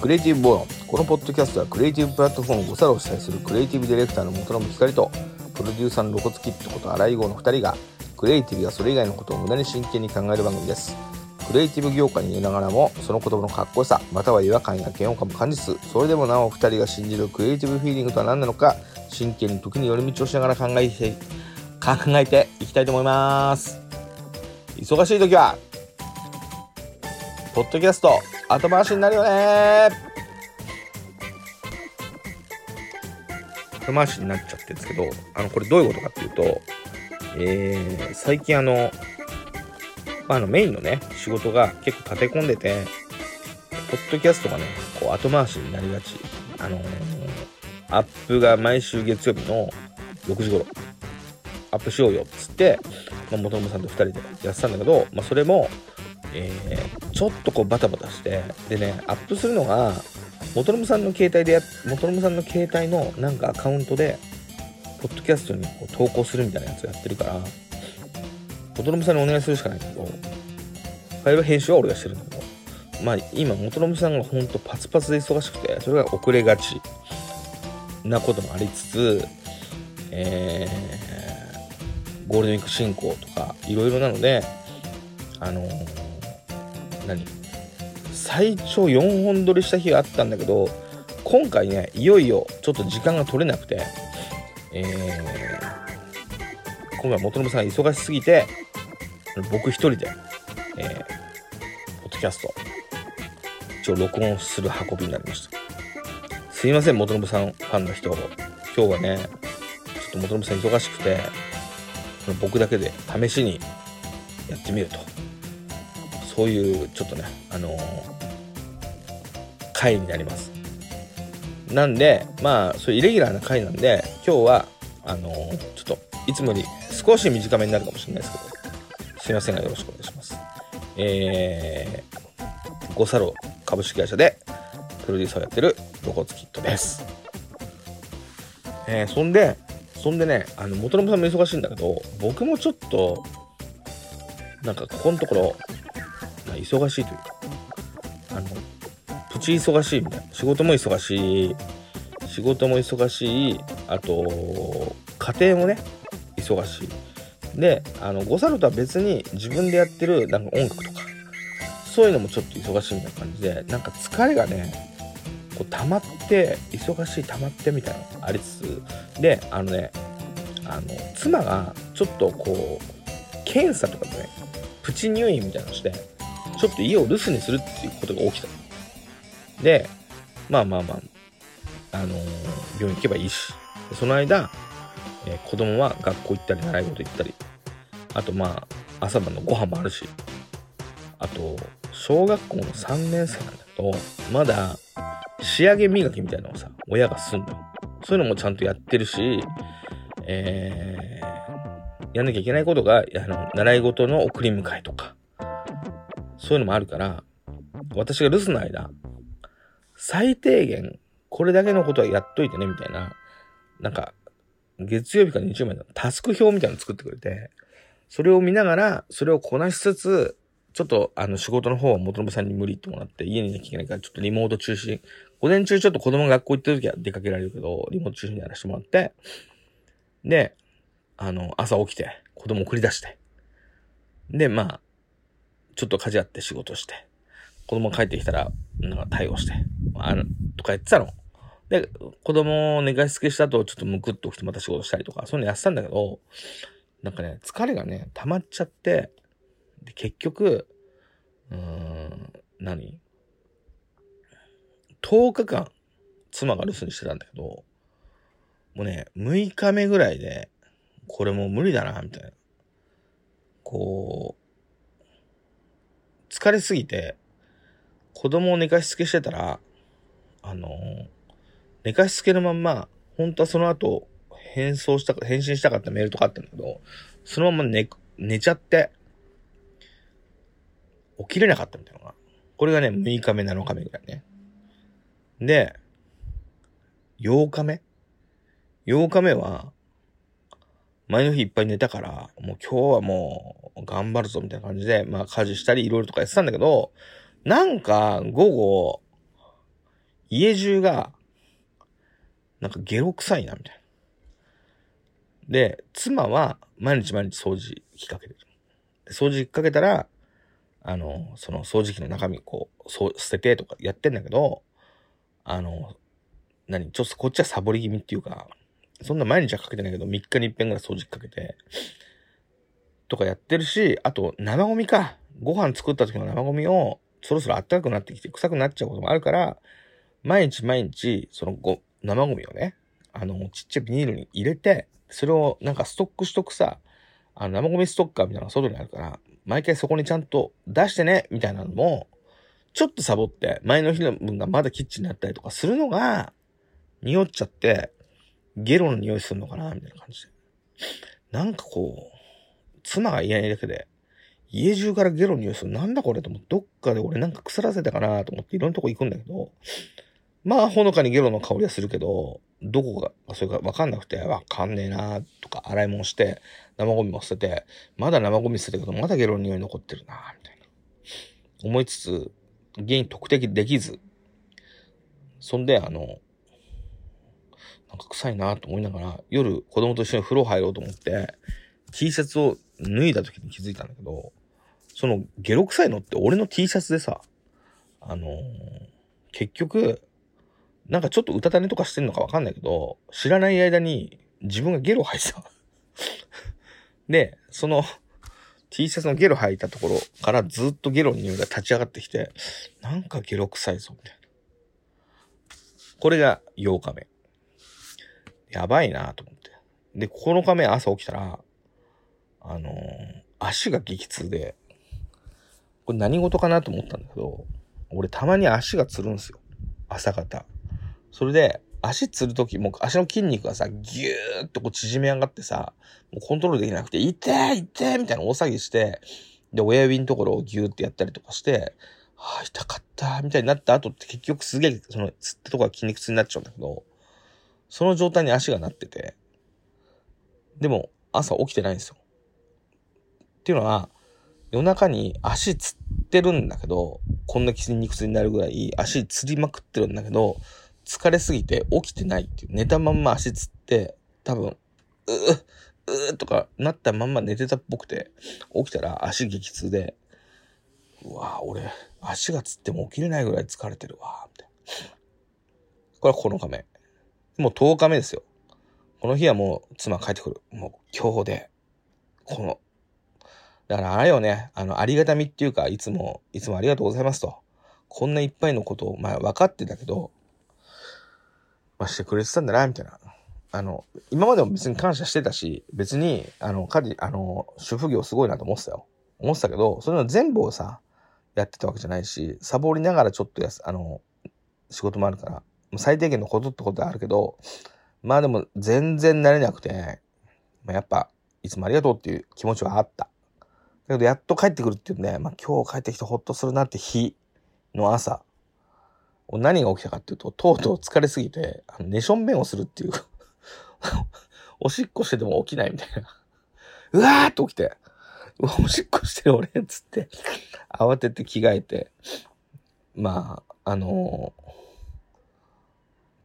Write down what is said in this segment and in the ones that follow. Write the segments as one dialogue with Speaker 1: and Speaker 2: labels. Speaker 1: クリエイティブボロンこのポッドキャストはクリエイティブプラットフォームをサロを主催するクリエイティブディレクターの元信光とプロデューサーの露骨キットこと荒井豪の2人がクリエイティブやそれ以外のことを無駄に真剣に考える番組ですクリエイティブ業界にいながらもその言葉のかっこよさまたは違和感や嫌悪感も感じつつそれでもなお2人が信じるクリエイティブフィーリングとは何なのか真剣に時に寄り道をしながら考えて考えていきたいと思います忙しい時はポッドキャスト後回しになるよね後回しになっちゃってるんですけどあのこれどういうことかっていうと、えー最近あの,、まあ、あのメインのね仕事が結構立て込んでてポッドキャストがねこう後回しになりがちあのーアップが毎週月曜日の6時頃アップしようよっつって、まあ、元信さんと2人でやってたんだけど、まあ、それもえーちょっとこうバタバタしてでねアップするのが元信さんの携帯でや元信さんの携帯のなんかアカウントでポッドキャストにこう投稿するみたいなやつをやってるから元信さんにお願いするしかないけどファイル編集は俺がしてるんだけどまあ今元信さんがほんとパツパツで忙しくてそれが遅れがちなこともありつつえーゴールデンウィーク進行とかいろいろなのであのー何最長4本撮りした日があったんだけど今回ねいよいよちょっと時間が取れなくて、えー今回元信さん忙しすぎて僕一人で、えーポッドキャスト一応録音する運びになりましたすいません元信さんファンの人今日はねちょっと元信さん忙しくて僕だけで試しにやってみるとそういうちょっとねあのー回になりますなんでまあそういうイレギュラーな回なんで今日はあのーちょっといつもより少し短めになるかもしれないですけどすいませんがよろしくお願いしますえー、ゴサロ株式会社でプロデューサーをやってるロコツキットですえーそんでそんでねあの元信さんも忙しいんだけど僕もちょっとなんかここのところまあ忙しいというかあのプチ忙しいみたいな仕事も忙しい仕事も忙しいあと家庭もね忙しいであのゴサルとは別に自分でやってるなんか音楽とかそういうのもちょっと忙しいみたいな感じでなんか疲れがねこう溜まって忙しい溜まってみたいなのがありつつであのねあの妻がちょっとこう検査とかでねプチ入院みたいなのしてちょっと家を留守にするっていうことが起きた。で、まあまあまあ、あのー病院行けばいいし、でその間、えー子供は学校行ったり、習い事行ったり、あとまあ、朝晩のご飯もあるし、あと、小学校の3年生なんだけど、まだ仕上げ磨きみたいなのをさ、親がすんだ。そういうのもちゃんとやってるし、えーやんなきゃいけないことが、あの、習い事の送り迎えとか、そういうのもあるから、私が留守の間、最低限、これだけのことはやっといてね、みたいな、なんか、月曜日から日曜日までのタスク表みたいなの作ってくれて、それを見ながら、それをこなしつつ、ちょっと、あの、仕事の方は元信さんに無理言ってもらって、家にいなきゃいけないから、ちょっとリモート中心。午前中ちょっと子供が学校行ってる時は出かけられるけど、リモート中心にやらせてもらって、で、あの、朝起きて、子供送り出して、で、まあ、ちょっと家事あって仕事して、子供帰ってきたら、なんか対応して、あの、とかやってたの。で、子供を寝かしつけした後、ちょっとむくっと起きてまた仕事したりとか、そういうのやってたんだけど、なんかね、疲れがね、溜まっちゃって、で、結局、うーん、何 ?10 日間、妻が留守にしてたんだけど、もうね、6日目ぐらいで、これもう無理だな、みたいな。こう、疲れすぎて、子供を寝かしつけしてたら、あのー寝かしつけのまんま、本当はその後、返送したか、返信したかったメールとかあったんだけど、そのまま寝、寝ちゃって、起きれなかったみたいなのが。これがね、6日目、7日目ぐらいね。で、8日目 ?8 日目は、前の日いっぱい寝たから、もう今日はもう頑張るぞみたいな感じで、まあ家事したりいろいろとかやってたんだけど、なんか午後、家中が、なんかゲロ臭いな、みたいな。で、妻は毎日毎日掃除機かけてる。掃除機かけたら、あの、その掃除機の中身こう、そう捨ててとかやってんだけど、あの、何、ちょっとこっちはサボり気味っていうか、そんな毎日はかけてないけど、3日に一遍ぐらい掃除機かけて、とかやってるし、あと生ゴミか。ご飯作った時の生ゴミを、そろそろ暖かくなってきて臭くなっちゃうこともあるから、毎日毎日、そのご、生ゴミをね、あの、ちっちゃいビニールに入れて、それをなんかストックしとくさ、あの、生ゴミストッカーみたいなのが外にあるから、毎回そこにちゃんと出してね、みたいなのも、ちょっとサボって、前の日の分がまだキッチンにあったりとかするのが、匂っちゃって、ゲロの匂いするのかな、みたいな感じで。なんかこう、妻がいないだけで、家中からゲロの匂いする。なんだこれと思って、どっかで俺なんか腐らせたかなと思っていろんなとこ行くんだけど、まあ、ほのかにゲロの香りはするけど、どこが、それがわかんなくて、わかんねえなとか、洗い物して、生ゴミも捨てて、まだ生ゴミ捨てたけど、まだゲロの匂い残ってるなみたいな。思いつつ、原因特定できず、そんで、あの、なんか臭いなと思いながら、夜子供と一緒に風呂入ろうと思って、T シャツを脱いだ時に気づいたんだけど、そのゲロ臭いのって俺の T シャツでさ、あのー結局、なんかちょっとうたた寝とかしてんのかわかんないけど、知らない間に自分がゲロ吐いてた。 で、その T シャツのゲロ吐いたところからずっとゲロの匂いが立ち上がってきて、なんかゲロ臭いぞ、みたいな。これが8日目。やばいなと思って。で、9日目朝起きたら、あのー足が激痛で、これ何事かなと思ったんだけど、俺たまに足がつるんですよ。朝方。それで、足つるとき、もう足の筋肉がさ、ぎゅーっとこう縮み上がってさ、もうコントロールできなくて、痛え痛えみたいな大騒ぎして、で、親指のところをぎゅーってやったりとかして、はあ、痛かった、みたいになった後って結局すげえ、その、つったとこが筋肉痛になっちゃうんだけど、その状態に足がなってて、でも朝起きてないんですよ。っていうのは、夜中に足つってるんだけど、こんな筋肉痛になるぐらい足つりまくってるんだけど、疲れすぎて起きてないっていう。寝たまんま足つって、多分、うー、うーとかなったまんま寝てたっぽくて、起きたら足激痛で、うわぁ、俺、足がつっても起きれないぐらい疲れてるわぁ、みたいな。これは9日目。もう10日目ですよ。この日はもう妻帰ってくる。もう今日で、この、だからあれよね、あの、ありがたみっていうか、いつも、いつもありがとうございますと。こんないっぱいのことを、まあ分かってたけど、まあしてくれてたんだな、みたいな。あの、今までも別に感謝してたし、別に、あの、家事、あの、主婦業すごいなと思ってたよ。思ってたけど、それの全部をさ、やってたわけじゃないし、サボりながらちょっとやす、あの、仕事もあるから、最低限のことってことはあるけど、まあでも全然慣れなくて、まあ、やっぱ、いつもありがとうっていう気持ちはあった。だけど、やっと帰ってくるっていうんで、まあ今日帰ってきてほっとするなって日の朝、何が起きたかっていうと、とうとう疲れすぎて、あの寝しょんべんをするっていう。おしっこしてても起きないみたいな。うわーっと起きて、うわ、おしっこしてる俺、つって、慌てて着替えて、まあ、あのー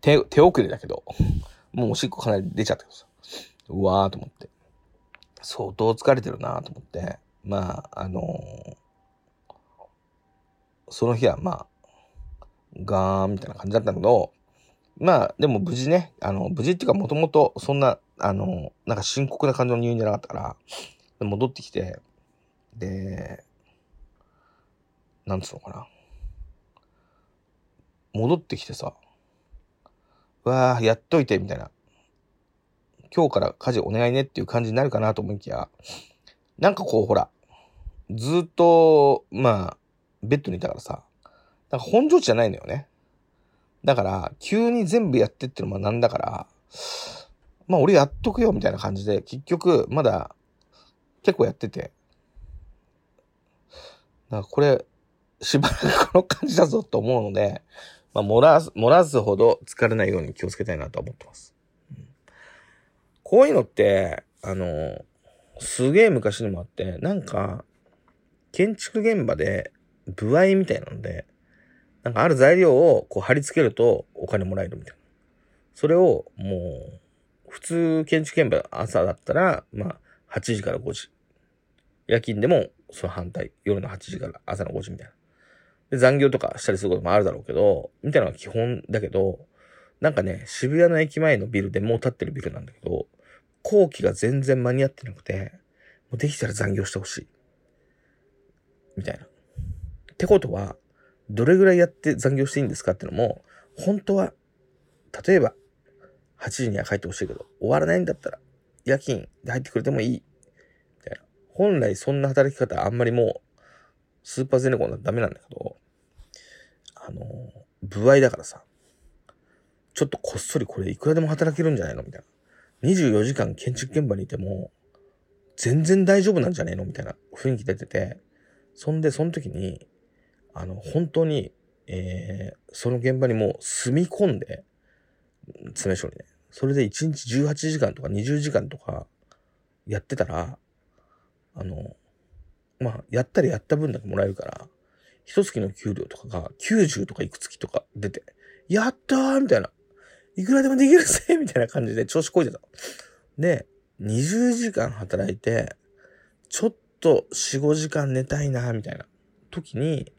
Speaker 1: 手、手遅れだけど、もうおしっこかなり出ちゃったけどさ、うわーと思って、相当疲れてるなと思って、まあ、あのーその日はまあ、ガーンみたいな感じだったんだけど、まあ、でも無事ね、あの、無事っていうかもともとそんな、あの、なんか深刻な感情の入院じゃなかったから、で戻ってきて、で、なんつうのかな。戻ってきてさ、わあ、やっといて、みたいな。今日から家事お願いねっていう感じになるかなと思いきや、なんかこう、ほら、ずっと、まあ、ベッドにいたからさ、なんか本調子じゃないのよね。だから、急に全部やってってのもなんだから、まあ俺やっとくよみたいな感じで、結局、まだ、結構やってて、なんかこれ、しばらくこの感じだぞと思うので、まあ漏らす、漏らすほど疲れないように気をつけたいなとは思ってます。うんこういうのって、あの、すげえ昔にもあって、なんか、建築現場で、部合みたいなので、なんかある材料をこう貼り付けるとお金もらえるみたいな。それをもう、普通建築現場朝だったら、まあ、8時から5時。夜勤でもその反対。夜の8時から朝の5時みたいな。で、残業とかしたりすることもあるだろうけど、みたいなのが基本だけど、なんかね、渋谷の駅前のビルでもう建ってるビルなんだけど、工期が全然間に合ってなくて、もうできたら残業してほしい。みたいな。ってことは、どれぐらいやって残業していいんですかってのも、本当は、例えば、8時には帰ってほしいけど、終わらないんだったら、夜勤で入ってくれてもいい。みたいな。本来そんな働き方あんまりもう、スーパーゼネコンだとダメなんだけど、あの、部合だからさ、ちょっとこっそりこれいくらでも働けるんじゃないのみたいな。24時間建築現場にいても、全然大丈夫なんじゃねえのみたいな雰囲気出てて、そんで、その時に、あの、本当に、えー、その現場にもう住み込んで、詰め所にね。それで1日18時間とか20時間とかやってたら、あの、まあ、やったらやった分だけもらえるから、一月の給料とかが90とかいく月とか出て、やったーみたいな。いくらでもできるぜみたいな感じで調子こいてた。で、20時間働いて、ちょっと4、5時間寝たいな、みたいな時に、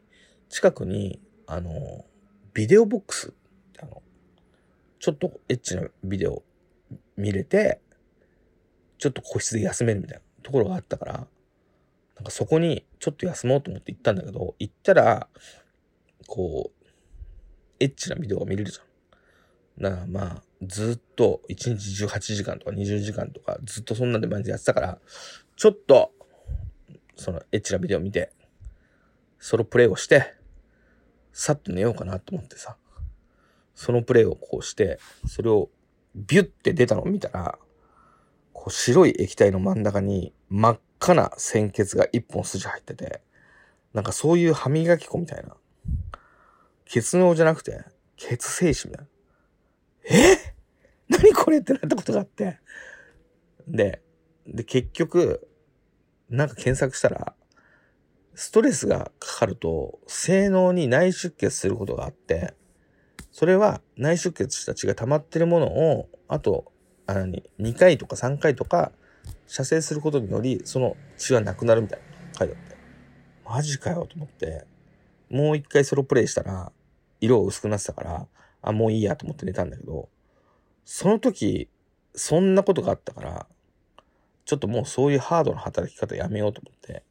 Speaker 1: 近くに、あの、ビデオボックスってあの、ちょっとエッチなビデオ見れて、ちょっと個室で休めるみたいなところがあったから、なんかそこにちょっと休もうと思って行ったんだけど、行ったら、こう、エッチなビデオが見れるじゃん。だからまあ、ずっと1日18時間とか20時間とか、ずっとそんなんで毎日やってたから、ちょっと、そのエッチなビデオ見て、ソロプレイをして、さっと寝ようかなと思ってさ、そのプレイをこうして、それをビュッて出たのを見たら、こう白い液体の真ん中に真っ赤な鮮血が一本筋入ってて、なんかそういう歯磨き粉みたいな。血尿じゃなくて、血精子みたいな。え何これってなったことがあって。で、で、結局、なんか検索したら、ストレスがかかると、性能に内出血することがあって、それは内出血した血が溜まってるものを、あと、あ何、2回とか3回とか、射精することにより、その血がなくなるみたいな書いてあって、マジかよと思って、もう一回ソロプレイしたら、色が薄くなってたから、あ、もういいやと思って寝たんだけど、その時、そんなことがあったから、ちょっともうそういうハードな働き方やめようと思って、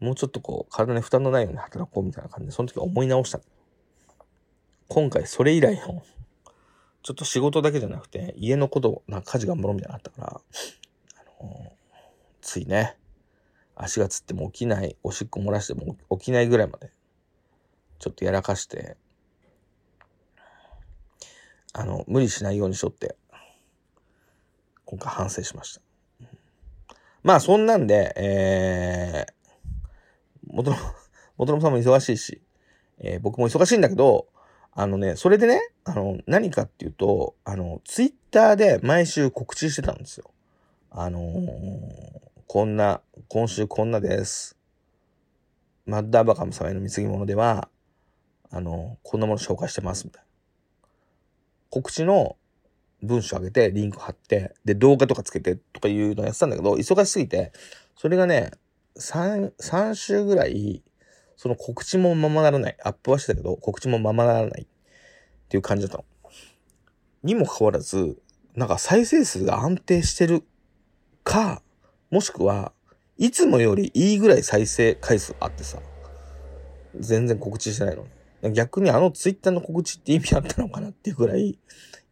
Speaker 1: もうちょっとこう、体に負担のないように働こうみたいな感じで、その時思い直したんだよ。今回、それ以来の、ちょっと仕事だけじゃなくて、家のこと、なんか家事頑張ろうみたいなのあったから、あのついね、足がつっても起きない、おしっこ漏らしても起きないぐらいまで、ちょっとやらかして、あの、無理しないようにしとって、今回反省しました。まあ、そんなんで、えー、元の、元のさんも忙しいし、えー僕も忙しいんだけど、あのね、それでね、あの、何かっていうと、あの、ツイッターで毎週告知してたんですよ。あのーこんな、今週こんなです。マッダーバカム様への貢ぎ物では、あのこんなもの紹介してます、みたいな。告知の文章上げて、リンク貼って、で、動画とかつけてとかいうのやってたんだけど、忙しすぎて、それがね、3、3週ぐらい、その告知もままならない。アップはしてたけど、告知もままならない。っていう感じだったの。にもかかわらず、なんか再生数が安定してるか、もしくは、いつもよりいいぐらい再生回数あってさ、全然告知してないのに。逆にあのツイッターの告知って意味あったのかなっていうぐらい、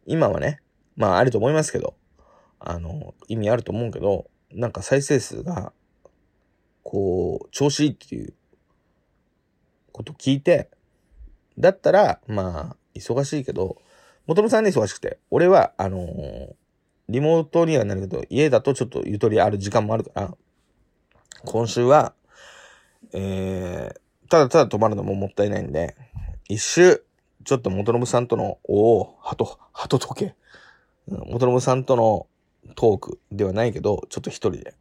Speaker 1: 今はね、まああると思いますけど、あの、意味あると思うけど、なんか再生数がこう、調子いいっていうこと聞いて、だったら、まあ、忙しいけど、元のさんね、忙しくて、俺は、あのーリモートにはなるけど、家だとちょっとゆとりある時間もあるから、今週は、えー、ただただ泊まるのももったいないんで、一周、ちょっと元信さんとの、おお、鳩、鳩時計。うん元信さんとのトークではないけど、ちょっと一人で、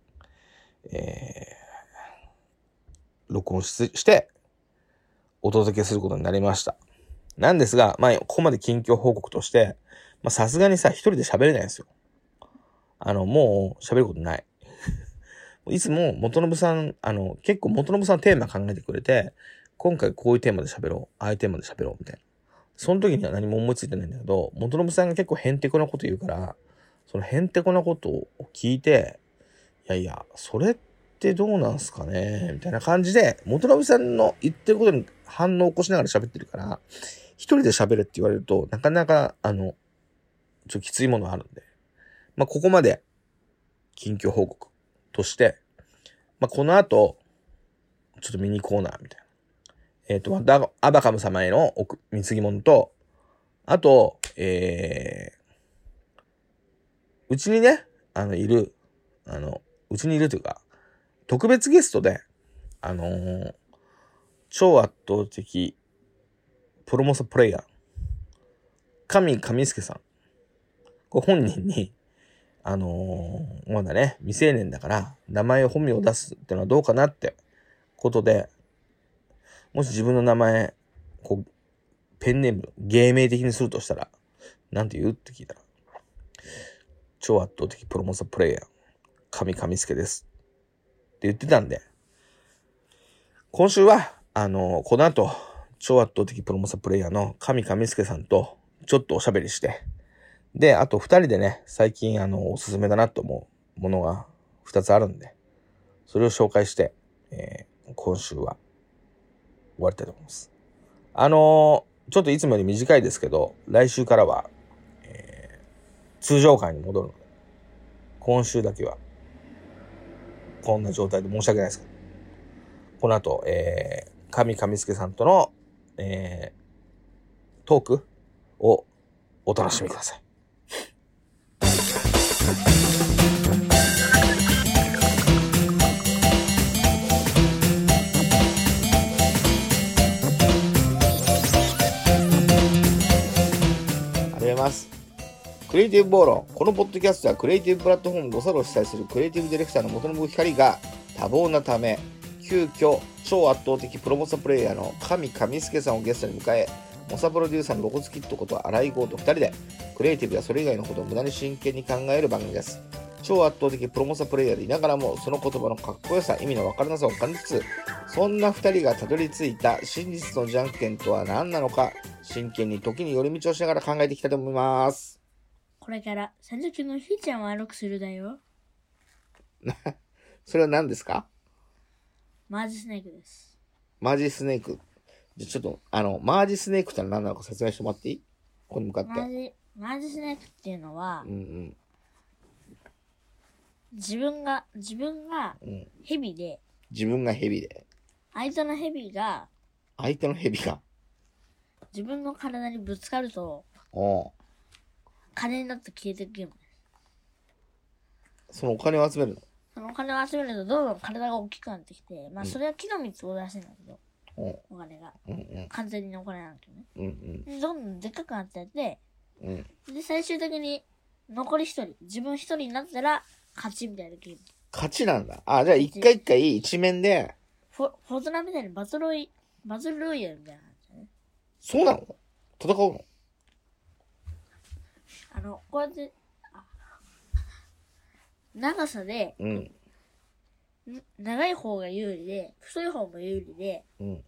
Speaker 1: えー、録音しして、お届けすることになりました。なんですが、まあ、ここまで近況報告として、まあ、さすがにさ、一人で喋れないんですよ。あの、もう、喋ることない。 いつも、元信さん、あの、結構元信さんテーマ考えてくれて、今回こういうテーマで喋ろう、ああいうテーマで喋ろう、みたいな。その時には何も思いついてないんだけど、元信さんが結構へんてこなこと言うから、そのへんてこなことを聞いて、いやいや、それってどうなんすかねみたいな感じで、元信さんの言ってることに反応を起こしながら喋ってるから、一人で喋れって言われると、なかなか、あの、ちょっときついものがあるんで。まあ、ここまで、近況報告として、まあ、この後、ちょっとミニコーナーみたいな。えっ、と、だアバカム様への贈貢ぎ物と、あと、えー、うちにね、あの、いる、あの、うちにいるというか、特別ゲストで、あのー超圧倒的プロモサプレイヤー、神神助さん。ご本人に、あのーまだね、未成年だから、名前を本名を出すってのはどうかなってことで、もし自分の名前、こう、ペンネーム、芸名的にするとしたら、なんて言うって聞いたら、超圧倒的プロモーサプレイヤー、神神助です。って言ってたんで、今週は、あのこの後、超圧倒的プロモーサプレイヤーの神神助さんと、ちょっとおしゃべりして、で、あと二人でね、最近、あの、おすすめだなと思うものが二つあるんで、それを紹介して、えー今週は終わりたいと思います。あのーちょっといつもより短いですけど、来週からは、えー通常回に戻るので、今週だけは、こんな状態で申し訳ないですけど、この後、えー、神神助さんとの、えートークをお楽しみください。ありがとうございます。クリエイティブ暴論。このポッドキャストはクリエイティブプラットフォームドサロを主催するクリエイティブディレクターの元信光が多忙なため、急遽超圧倒的プロモサプレイヤーの神神助さんをゲストに迎え、モサプロデューサーのロコツキットこと荒井剛と2人で、クリエイティブやそれ以外のことを無駄に真剣に考える番組です。超圧倒的プロモサプレイヤーでいながらも、その言葉のかっこよさ、意味のわからなさを感じつつ、そんな2人がたどり着いた真実のじゃんけんとは何なのか、真剣に時に寄り道をしながら考えていきたいと思います。
Speaker 2: これから、さぬきのひーちゃんを歩くするだよ。
Speaker 1: それは何ですか
Speaker 2: マージスネークです。
Speaker 1: マージスネーク。じゃ、ちょっと、あの、マージスネークってのは何なのか説明してもらっていいここに向かって。
Speaker 2: マージ、マージスネークっていうのは
Speaker 1: う、ん
Speaker 2: 自分が、自分が
Speaker 1: うんうん。
Speaker 2: ヘビで、
Speaker 1: 自分がヘビで、
Speaker 2: 相手のヘビが
Speaker 1: 相手のヘビが、
Speaker 2: 自分の体にぶつかると、
Speaker 1: おう
Speaker 2: 金になって消えていくゲームです。
Speaker 1: そのお金を集めるの。
Speaker 2: そのお金を集めると、どんどん体が大きくなってきて、まあ、それは木の実をらしいんだけど、
Speaker 1: おう
Speaker 2: お金が。
Speaker 1: うんうん
Speaker 2: 完全にお金なんだけどね。
Speaker 1: うん
Speaker 2: でどんどんでっかくなってって、
Speaker 1: うんうん。
Speaker 2: で、最終的に、残り一人、自分一人になったら、勝ちみたいなゲーム。
Speaker 1: 勝ちなんだ。あ、じゃあ一回一回一面で、
Speaker 2: フォフォートナみたいにバトルロイ、バトルロイヤルみたいな感じだね。
Speaker 1: そうなの戦うの
Speaker 2: あの、こうやって、あ長さで、
Speaker 1: うん。
Speaker 2: ん長い方が有利で、太い方も有利で、
Speaker 1: うん。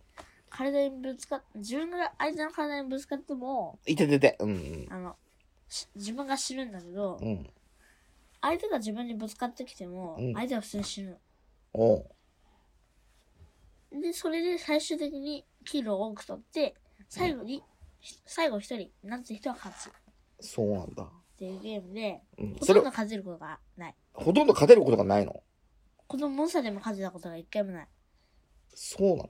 Speaker 2: 体にぶつかっ、自分が相手の体にぶつかっても、
Speaker 1: いててて。うんうん。
Speaker 2: あの、し自分が死ぬんだけど、
Speaker 1: うん。
Speaker 2: 相手が自分にぶつかってきても
Speaker 1: うん、
Speaker 2: 相手は普通に死ぬ。
Speaker 1: おう
Speaker 2: で、それで最終的にキロを多く取って、最後に、ひ最後一人、なんて人は勝つっ
Speaker 1: そうなんだ。
Speaker 2: ていうゲームで、
Speaker 1: うん。そ
Speaker 2: ほとん
Speaker 1: れ
Speaker 2: ど、勝てることがない。
Speaker 1: ほとんど勝てることがないの
Speaker 2: このモンスターでも勝てたことが一回もない。
Speaker 1: そうなの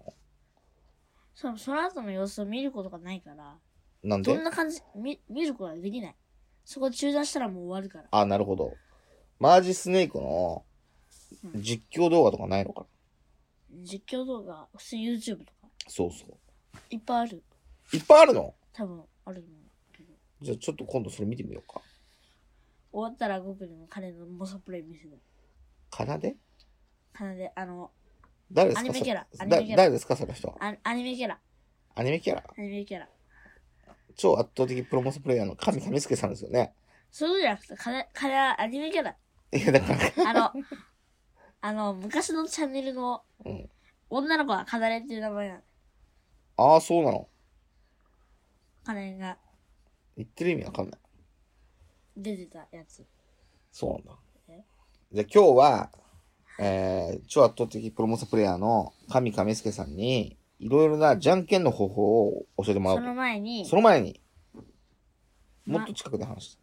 Speaker 2: そのその後の様子を見ることがないから、
Speaker 1: なん
Speaker 2: ど
Speaker 1: で
Speaker 2: んな感じ、見見ることができない。そこ中断したらもう終わるから。
Speaker 1: あ、なるほど。マージスネークの
Speaker 2: うん
Speaker 1: 実況動画とかないのかな
Speaker 2: 実況動画、普通に YouTube とか、
Speaker 1: そうそ
Speaker 2: いっぱいある。
Speaker 1: う。いっぱいあるの
Speaker 2: 多分、あると思う。
Speaker 1: じゃあちょっと今度それ見てみようか。
Speaker 2: 終わったら僕にも彼のモサプレイ見せる。
Speaker 1: かなで
Speaker 2: かなで、あの、
Speaker 1: 誰ですか
Speaker 2: アニメキャラ
Speaker 1: そ
Speaker 2: ア
Speaker 1: れ
Speaker 2: ニメ
Speaker 1: だ
Speaker 2: キャラ
Speaker 1: 誰ですかその人は。
Speaker 2: アアニメキャラ、
Speaker 1: アニメキャラ
Speaker 2: アニメキャラ。
Speaker 1: 超圧倒的プロモーションプレイヤーの神為助さんですよね。
Speaker 2: そうじゃなくて、彼、彼はアニメキャラ。
Speaker 1: いや、だから、
Speaker 2: あ の、あの、昔のチャンネルの
Speaker 1: うん、
Speaker 2: 女の子はカナレっていう名前なの。
Speaker 1: ああ、そうなの。
Speaker 2: カナレが
Speaker 1: 言ってる意味わかんない。
Speaker 2: 出てたやつ。
Speaker 1: そうなんだ
Speaker 2: え。
Speaker 1: じゃあ今日は、えー、超圧倒的プロモーションプレイヤーの神亀助さんに、いろいろなじゃんけんの方法を教えてもらお
Speaker 2: そうの
Speaker 1: と。
Speaker 2: 前に
Speaker 1: そ、の前に、
Speaker 2: ま
Speaker 1: もっと近くで話した。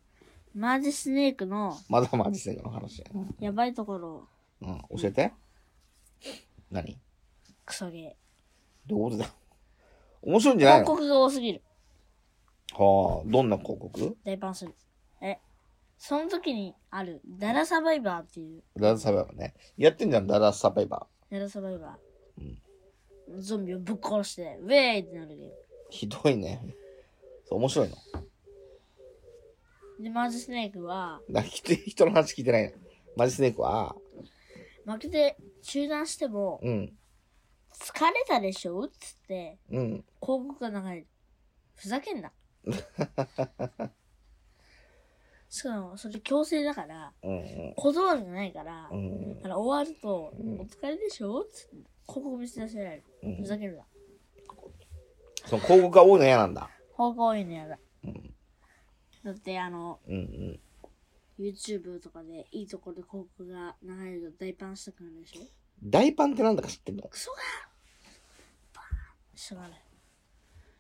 Speaker 2: マージスネークの
Speaker 1: まだまだ実際の話。
Speaker 2: やばいところを
Speaker 1: うん、教えて。何
Speaker 2: クソゲ
Speaker 1: どういうことだ面白いんじ
Speaker 2: ー。
Speaker 1: ゃない
Speaker 2: 広
Speaker 1: の
Speaker 2: 告が多すぎる。
Speaker 1: はあ、どんな広告
Speaker 2: 大パンする。え、その時にある、ダラサバイバーっていう、
Speaker 1: ダダサバイバーね。やってんじゃん、ダダサバイバー。
Speaker 2: ダラサバイバー。ゾンビをぶっ殺して、ウェーイってなるゲー
Speaker 1: ひどいね。そう、面白いの。
Speaker 2: ム。で、マージスネークは、
Speaker 1: だ人人の話聞いてないの。マジスネークは、
Speaker 2: 負けて中断しても、
Speaker 1: うん、
Speaker 2: 疲れたでしょっつって、
Speaker 1: うん。
Speaker 2: 広告が流れる。ふ ざけんな。しかも、それ強制だから、
Speaker 1: うんうん
Speaker 2: 断るんじゃないから、
Speaker 1: う
Speaker 2: だ
Speaker 1: ん、
Speaker 2: から終わると、
Speaker 1: うん
Speaker 2: お疲れでしょっつって、広告見せ出せられる。
Speaker 1: うん
Speaker 2: ふざけるな。
Speaker 1: その広告が多いの嫌なんだ。
Speaker 2: 方向多いのやだ。だって、あの、
Speaker 1: うんうん。
Speaker 2: YouTube とかでいいところで広告が流れると大パンしたくなるでしょ
Speaker 1: 大パンってなんだか知ってんの
Speaker 2: クソがしてがない。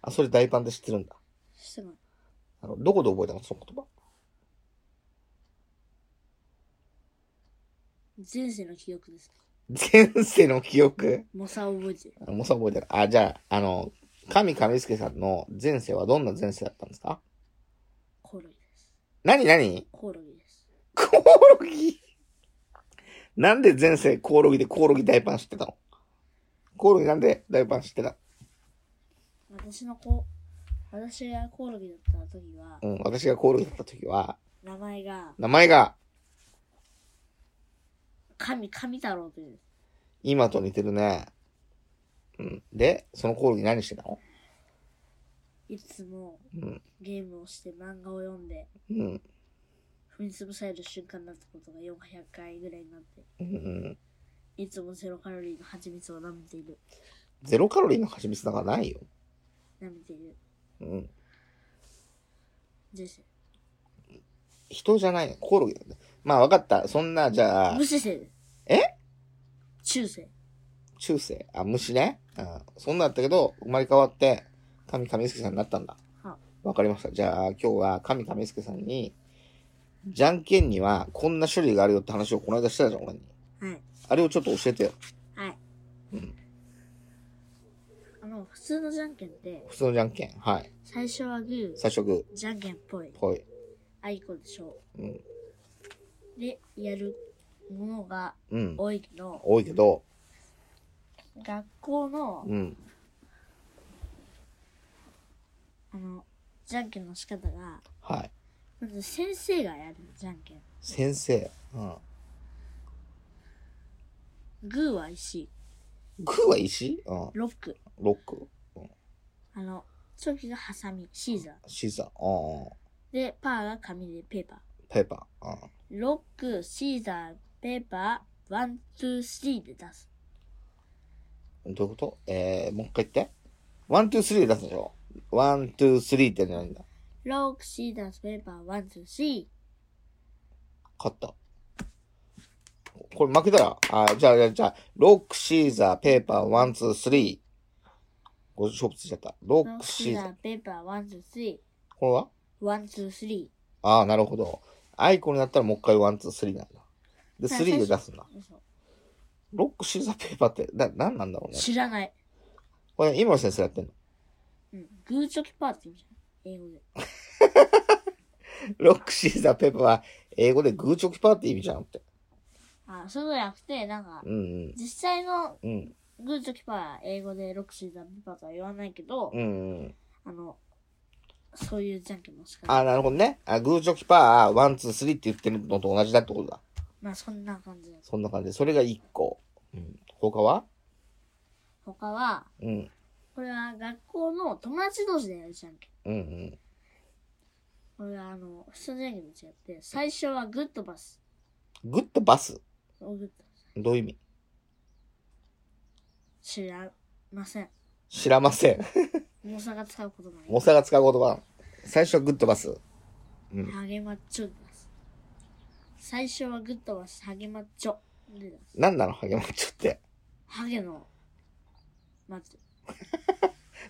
Speaker 1: あ、それ大パンって知ってるんだ。
Speaker 2: してがない。
Speaker 1: あの、どこで覚えたのその言葉。
Speaker 2: 前世の記憶です。
Speaker 1: 前世の記憶
Speaker 2: もうさ覚えてる。
Speaker 1: もうさ覚えてる。あ、じゃあ、あの、神神助さんの前世はどんな前世だったんですか
Speaker 2: コオロギです。
Speaker 1: 何何
Speaker 2: コオロギです。
Speaker 1: コオロギなんで前世コオロギでコオロギ大パン知ってたのコオロギなんで大パン知ってた
Speaker 2: 私の子、私がコオロギだった時は、
Speaker 1: うん、私がコオロギだった時は、
Speaker 2: 名前が
Speaker 1: 名前が
Speaker 2: 神、神太郎という。
Speaker 1: 今と似てるね。うん。で、そのコオロギ何してたの
Speaker 2: いつも
Speaker 1: うん。
Speaker 2: ゲームをして漫画を読んで、
Speaker 1: うん。
Speaker 2: 踏み潰される瞬間になったことが400回ぐらいになって、
Speaker 1: うん。
Speaker 2: いつもゼロカロリーの蜂蜜を舐めている。
Speaker 1: ゼロカロリーの蜂蜜なんかないよ。
Speaker 2: 舐めている。
Speaker 1: うん。
Speaker 2: 人生。
Speaker 1: 人じゃないね。コオロギなんだ。まあわかった。そんな、じゃあ
Speaker 2: 無、視生です。
Speaker 1: え
Speaker 2: 中世。
Speaker 1: 中世。あ、虫ね。うん。そんなんだったけど、生まれ変わって、神神助さんになったんだ。
Speaker 2: は
Speaker 1: わかりました。じゃあ、今日は神神助さんに、じゃんけんにはこんな種類があるよって話をこの間してたじゃん、俺に。
Speaker 2: はい。
Speaker 1: あれをちょっと教えてよ。
Speaker 2: はい。あの、普通のじゃんけんって、
Speaker 1: 普通のじゃんけん。はい。
Speaker 2: 最初はグー、
Speaker 1: 最初グ
Speaker 2: じゃんけんぽい
Speaker 1: ー、、ぽい。
Speaker 2: あいこでしょ。
Speaker 1: うん。
Speaker 2: で、やるものが
Speaker 1: うん。
Speaker 2: 多いけど、
Speaker 1: 多いけど、
Speaker 2: 学校の、
Speaker 1: うん。
Speaker 2: あの、じゃんけんの仕方が、
Speaker 1: はい。
Speaker 2: まず先生がやるじゃんけん。
Speaker 1: 先生。うん。
Speaker 2: グーは石、
Speaker 1: グーは石うん。
Speaker 2: ロック、
Speaker 1: ロック。うん。
Speaker 2: あの、チョキがハサミ、シーザー。
Speaker 1: シーザー。うん。
Speaker 2: で、パーが紙でペーパー。
Speaker 1: ペーパー。うん。
Speaker 2: ロック、シーザー、ペーパー、ワン、ツー、スリーで出す。
Speaker 1: どういうことえー、もう一回言って。ワン、ツー、スリー出すでしょワン、ツー、スリーってなんだ。
Speaker 2: ロック、シーザー、ペーパー、ワン、ツー、スリ
Speaker 1: 勝った。これ負けたら、あ、じゃあ、じゃあ、じゃあ、ロック、シーザー、ペーパー、ワン、ツー、スリー。ご勝負ついちゃった。ロ
Speaker 2: ー。ロ
Speaker 1: ッ
Speaker 2: ッ
Speaker 1: ク、
Speaker 2: ク、シ
Speaker 1: シ
Speaker 2: ー
Speaker 1: ーザ
Speaker 2: ザ
Speaker 1: ー。
Speaker 2: ー、ペーパー、ワン、ツー、スリ
Speaker 1: これは
Speaker 2: ー。ワン、ツー、スリ
Speaker 1: ああ、なるほど。アイコンになったらもう一回ワン、ツー、スリーなんだ。で、
Speaker 2: はい
Speaker 1: スリーで出すんだ。
Speaker 2: ー。嘘
Speaker 1: ロック、シーザー、ペーパーって、な、なんなんだろうね。
Speaker 2: 知らない。
Speaker 1: これ、今の先生やってんの。
Speaker 2: うん。グーチョキパーって言うじゃん。英語で。
Speaker 1: ロック、シーザー、ペーパーは、英語でグーチョキパーって意味じゃんって。
Speaker 2: あ、そうじゃなくて、なんか、
Speaker 1: うん
Speaker 2: 実際の
Speaker 1: うん。うん。
Speaker 2: グーチョキパーは英語でロック、シーザー、ペーパーとは言わないけど、
Speaker 1: うん、うん。
Speaker 2: あの、そういうじゃんけんの仕方。
Speaker 1: ああ、なるほどね。あ、グーチョキパー、ワン、ツー、スリーって言ってるのと同じだってことだ。
Speaker 2: まあそんな感じです。
Speaker 1: そんな感じで、それが1個。うん。他は
Speaker 2: 他は、
Speaker 1: うん。
Speaker 2: これは学校の友達同士でやるじゃんけ
Speaker 1: う
Speaker 2: ん。
Speaker 1: んうん。
Speaker 2: これはあの、普通の演技と違って、最初はグッドバス。
Speaker 1: グッドバス
Speaker 2: おグッド
Speaker 1: どういう意味
Speaker 2: 知らません。
Speaker 1: 知らませ ん。
Speaker 2: 重さが使うことない。
Speaker 1: モサが使う言葉。最初はグッドバス。
Speaker 2: 励まっちょです。最初はグッドバス、励まっちょ。でです
Speaker 1: 何なの励まっちゃって。
Speaker 2: ハゲの、まず、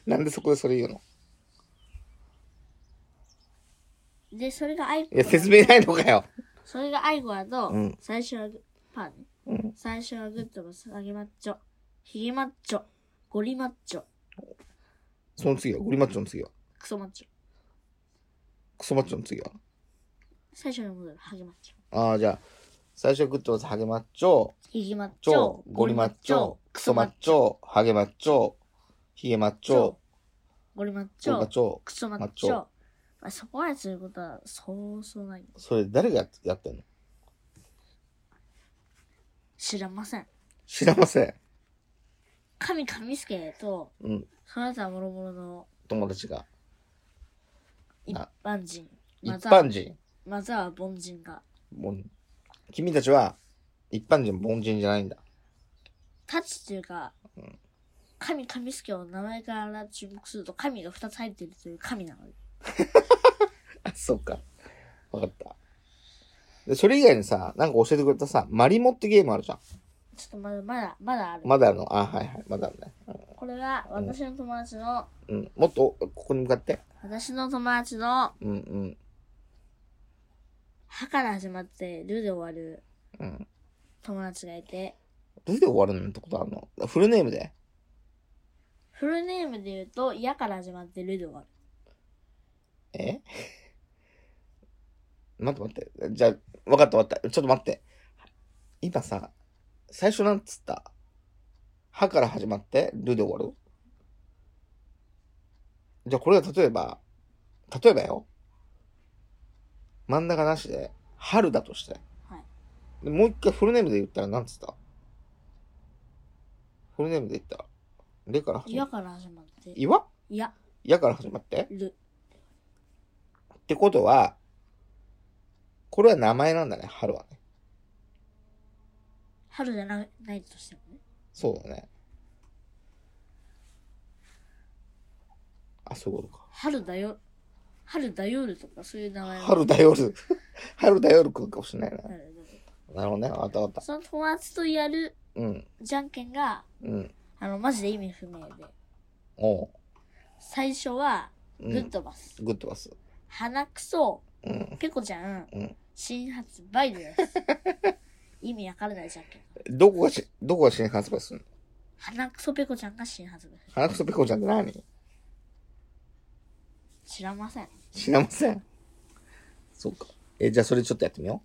Speaker 1: なんでそこでそれ言うの
Speaker 2: で、それがアイコ
Speaker 1: いや、説明ないのかよ。
Speaker 2: それがアイゴアと、
Speaker 1: うん
Speaker 2: 最初はグパン、ね
Speaker 1: うん
Speaker 2: 最初はグッドバス、ハゲマッチョ、ヒゲマッチョ、ゴリマッチョ、
Speaker 1: その次は、ゴリマッチョの次は。
Speaker 2: クソマッチョ。
Speaker 1: クソマッチョの次は。
Speaker 2: 最初に戻る、ハゲマッチョ。
Speaker 1: ああ、じゃあ、最初はグッドバス、励まっちょ、
Speaker 2: ヒゲマッチョ
Speaker 1: 超、、ゴリマッチョ、クソマッチョ、
Speaker 2: ョ、
Speaker 1: 励まっちょ、ヒゲマッチョ、
Speaker 2: ゴリマッチ
Speaker 1: 超ガ
Speaker 2: ョ、
Speaker 1: チョ。
Speaker 2: クソマッ
Speaker 1: マッチ
Speaker 2: チ
Speaker 1: ョ
Speaker 2: ョ。まあ、そこまですることは、そうそうない。
Speaker 1: それ誰がやっやってんの
Speaker 2: 知らません。
Speaker 1: 知らません。
Speaker 2: 神神助と、
Speaker 1: うん、
Speaker 2: その他もろもろの
Speaker 1: 友達が。
Speaker 2: 一
Speaker 1: あ
Speaker 2: 般人、
Speaker 1: 一
Speaker 2: または
Speaker 1: 般人。
Speaker 2: または凡人が、
Speaker 1: もう君たちは、一般人、凡人じゃないんだ。
Speaker 2: 立つというか、神神助を名前から注目すると神が2つ入っているという神なので。
Speaker 1: あ、そっか。わかった。で、それ以外にさ、なんか教えてくれたさ、マリモってゲームあるじゃん。
Speaker 2: ちょっとまだまだ、まだある。
Speaker 1: まだあるのあ、はいはい。まだあるね。
Speaker 2: これは私の友達の、
Speaker 1: うん。もっと、ここに向かって。
Speaker 2: 私の友達の、
Speaker 1: うんうん。
Speaker 2: 歯から始まって、ルで終わる
Speaker 1: うん。
Speaker 2: 友達がいて、
Speaker 1: ルで終わるなんてことあるのフルネームで。
Speaker 2: フルネームで言うと、やから始まって、ルで終わる。
Speaker 1: え待って待って。じゃあ、わかったわかった。ちょっと待って。今さ、最初なんつった歯から始まって、ルで終わるじゃあこれが例えば、例えばよ。真ん中なしで、春だとして。
Speaker 2: はい
Speaker 1: でもう一回フルネームで言ったらなんつったフルネームで言ったら、レから始ま
Speaker 2: や
Speaker 1: って。
Speaker 2: から始まって、
Speaker 1: 岩
Speaker 2: や、
Speaker 1: やから始まって
Speaker 2: る。
Speaker 1: ってことは、これは名前なんだね、春はね。
Speaker 2: 春じゃなないとしてもね。
Speaker 1: そうだね。あ、そういうことか。
Speaker 2: 春だよ、春だよるとか、そういう名前の
Speaker 1: 春だよる。 春だよるくるかもしれないな。
Speaker 2: なるだと
Speaker 1: なるほどね。わかったわかった。
Speaker 2: その友達とやる
Speaker 1: うん。
Speaker 2: じゃんけんが、
Speaker 1: うん。
Speaker 2: あの、マジで意味不明で。
Speaker 1: おう。
Speaker 2: 最初は、
Speaker 1: う
Speaker 2: グ
Speaker 1: ん
Speaker 2: ッドバス。
Speaker 1: グッドバス。
Speaker 2: 鼻くそ、
Speaker 1: うん。
Speaker 2: ペコちゃん、
Speaker 1: うん
Speaker 2: 新発売です。 意味わからないじゃんけん。
Speaker 1: どこがし、どこが新発売するの
Speaker 2: 鼻くそペコちゃんが新発売。
Speaker 1: 花くそペコちゃんって何
Speaker 2: 知らません。
Speaker 1: 知らません。そうか。え、じゃあそれちょっとやってみよ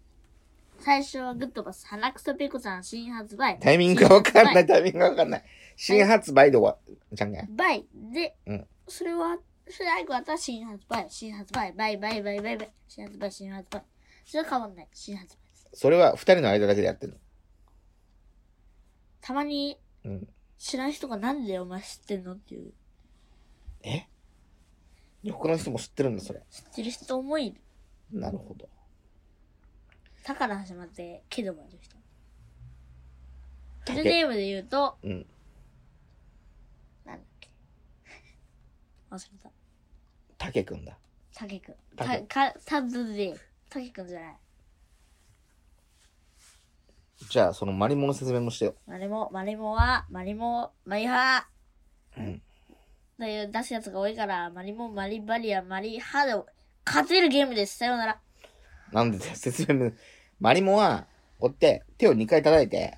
Speaker 2: 最初はグッドバス、鼻くそペコちゃん新発売
Speaker 1: う。。タイミングがわかんない、
Speaker 2: 新発
Speaker 1: タイミングがわかんない。新発売で終わ、じゃんけん。
Speaker 2: 売。売で、
Speaker 1: うん
Speaker 2: それは、それアイコだったら新発売、新発売、バイバイバイバイバイ、新発売、新発売。それは変わんない、新発売です。
Speaker 1: それは二人の間だけでやってる
Speaker 2: たまに
Speaker 1: の。うん。
Speaker 2: 知らん人がなんでお前知ってんのっていう、
Speaker 1: え他の人も知ってるんだ、それ。
Speaker 2: 知ってる人思い、
Speaker 1: なるほど。
Speaker 2: たから始まって、けどもいる人。
Speaker 1: た
Speaker 2: フ
Speaker 1: け
Speaker 2: ルネームで言うと、
Speaker 1: うん。
Speaker 2: なんだっけ。忘れた。
Speaker 1: たけくんだ。
Speaker 2: たけくん。
Speaker 1: た
Speaker 2: た
Speaker 1: け、
Speaker 2: か、たずで、たけくんじゃない。
Speaker 1: じゃあ、そのマリモの説明もしてよ。
Speaker 2: マリモ、マリモは、マリモ、マリハ
Speaker 1: うん
Speaker 2: という出すやつが多いから、マリモ、マリバリア、マリハで、勝てるゲームです。さようなら。
Speaker 1: なんでだよ、 説明も。マリモは、こうやって、手を2回叩いて、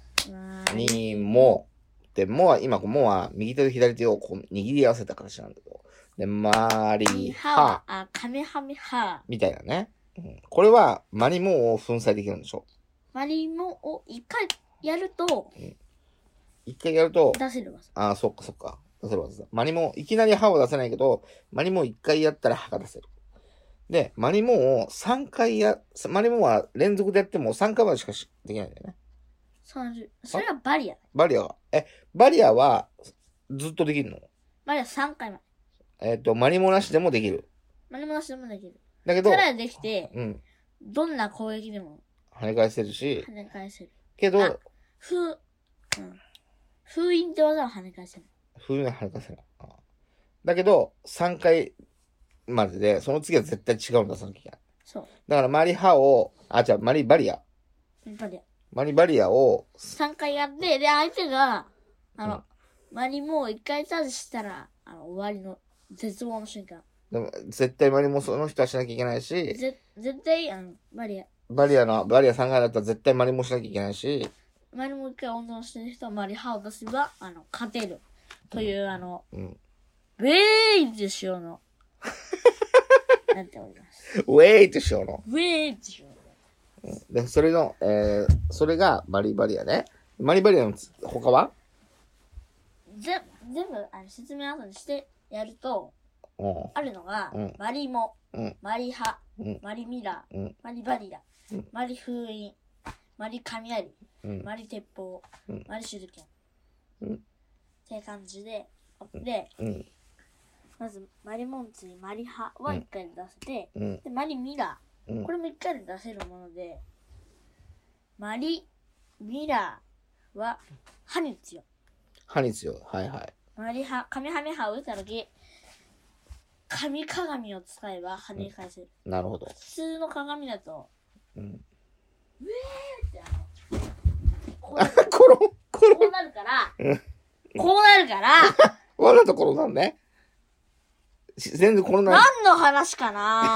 Speaker 1: にも、で、もは、今、もは、右手と左手をこう握り合わせた形なんだけど。で、マリ
Speaker 2: リ
Speaker 1: ハ
Speaker 2: ハ、あ、カメハメハ。
Speaker 1: みたいなね。うん、これは、マリモを粉砕できるんでしょ。
Speaker 2: マリモを一回やると、
Speaker 1: 一回やると、
Speaker 2: 出せるわ。
Speaker 1: ああ、そっかそっか。出せるわ出せる。マリモ、いきなり歯を出せないけど、マリモ一回やったら歯が出せる。で、マリモを3回や、マリモは連続でやっても3回までしかしできないんだよね。
Speaker 2: そうなるそれはバリア。
Speaker 1: バリアは。え、バリアはずっとできるの
Speaker 2: バリア3回まで。
Speaker 1: えっ、と、マリモなしでもできる。
Speaker 2: マリモなしでもできる。
Speaker 1: だけど
Speaker 2: た、らできて、
Speaker 1: うん、
Speaker 2: どんな攻撃でも
Speaker 1: 跳ね返せるし
Speaker 2: 跳、ね返せる。
Speaker 1: け
Speaker 2: あ
Speaker 1: ど、
Speaker 2: 風、うん。封印って技は跳ね返せる。
Speaker 1: 冬は跳ね返せない。ああだけど、3回までで、その次は絶対違うの出さなきゃいけない。
Speaker 2: そう。
Speaker 1: だからマリハを、あ、じゃあマリバリア。
Speaker 2: やっぱり、
Speaker 1: マリバリアを、
Speaker 2: 3回やって、で、相手が、あ
Speaker 1: うん
Speaker 2: の、マリもう1回ターンしたら、あの、終わりの絶望の瞬間。
Speaker 1: でも絶対マリもその人はしなきゃいけないし、
Speaker 2: ぜ、絶対、あの、マリア、
Speaker 1: バリアの、バリア3回だったら絶対マリもしなきゃいけないし、
Speaker 2: マリもう1回温存してる人はマリ歯を出せば、あの、勝てる。という、あの、
Speaker 1: うん。
Speaker 2: ウェイズしようの。なっております。
Speaker 1: ウェイとしようの。
Speaker 2: ウェイズしようの。
Speaker 1: で、それの、えー、それがマリバリアね。マリバリアのつ他は
Speaker 2: ぜ、全部、あの、説明後にしてやると、
Speaker 1: うん。
Speaker 2: あるのが、
Speaker 1: うん
Speaker 2: マリモ、
Speaker 1: うん
Speaker 2: マリハ、
Speaker 1: うん
Speaker 2: マリミラー、
Speaker 1: うん
Speaker 2: マリバリア、
Speaker 1: うん
Speaker 2: マリ封印、マリ雷、
Speaker 1: うん。
Speaker 2: マリ鉄砲、
Speaker 1: うん
Speaker 2: マリ手裏剣。
Speaker 1: うん
Speaker 2: って感じで、で、
Speaker 1: うん。
Speaker 2: まず、マリモンツにマリハは1回で出せて、
Speaker 1: うん。
Speaker 2: で、マリミラ
Speaker 1: う
Speaker 2: ー、
Speaker 1: ん
Speaker 2: こ。れも1回で出せるもので、マリミラーは歯に強い。
Speaker 1: 歯に強い。はいはい。
Speaker 2: マリハ、カミハメハを打ったとき、神鏡を使えば跳ね返せる。
Speaker 1: なるほど。
Speaker 2: 普通の鏡だと、
Speaker 1: うん。
Speaker 2: ってあのこう
Speaker 1: コロン、コ
Speaker 2: こ
Speaker 1: ロ
Speaker 2: うなるから
Speaker 1: うん、
Speaker 2: こうなる から、
Speaker 1: ン。わざと転んだんね。し全然転んだ。
Speaker 2: 何の話 かな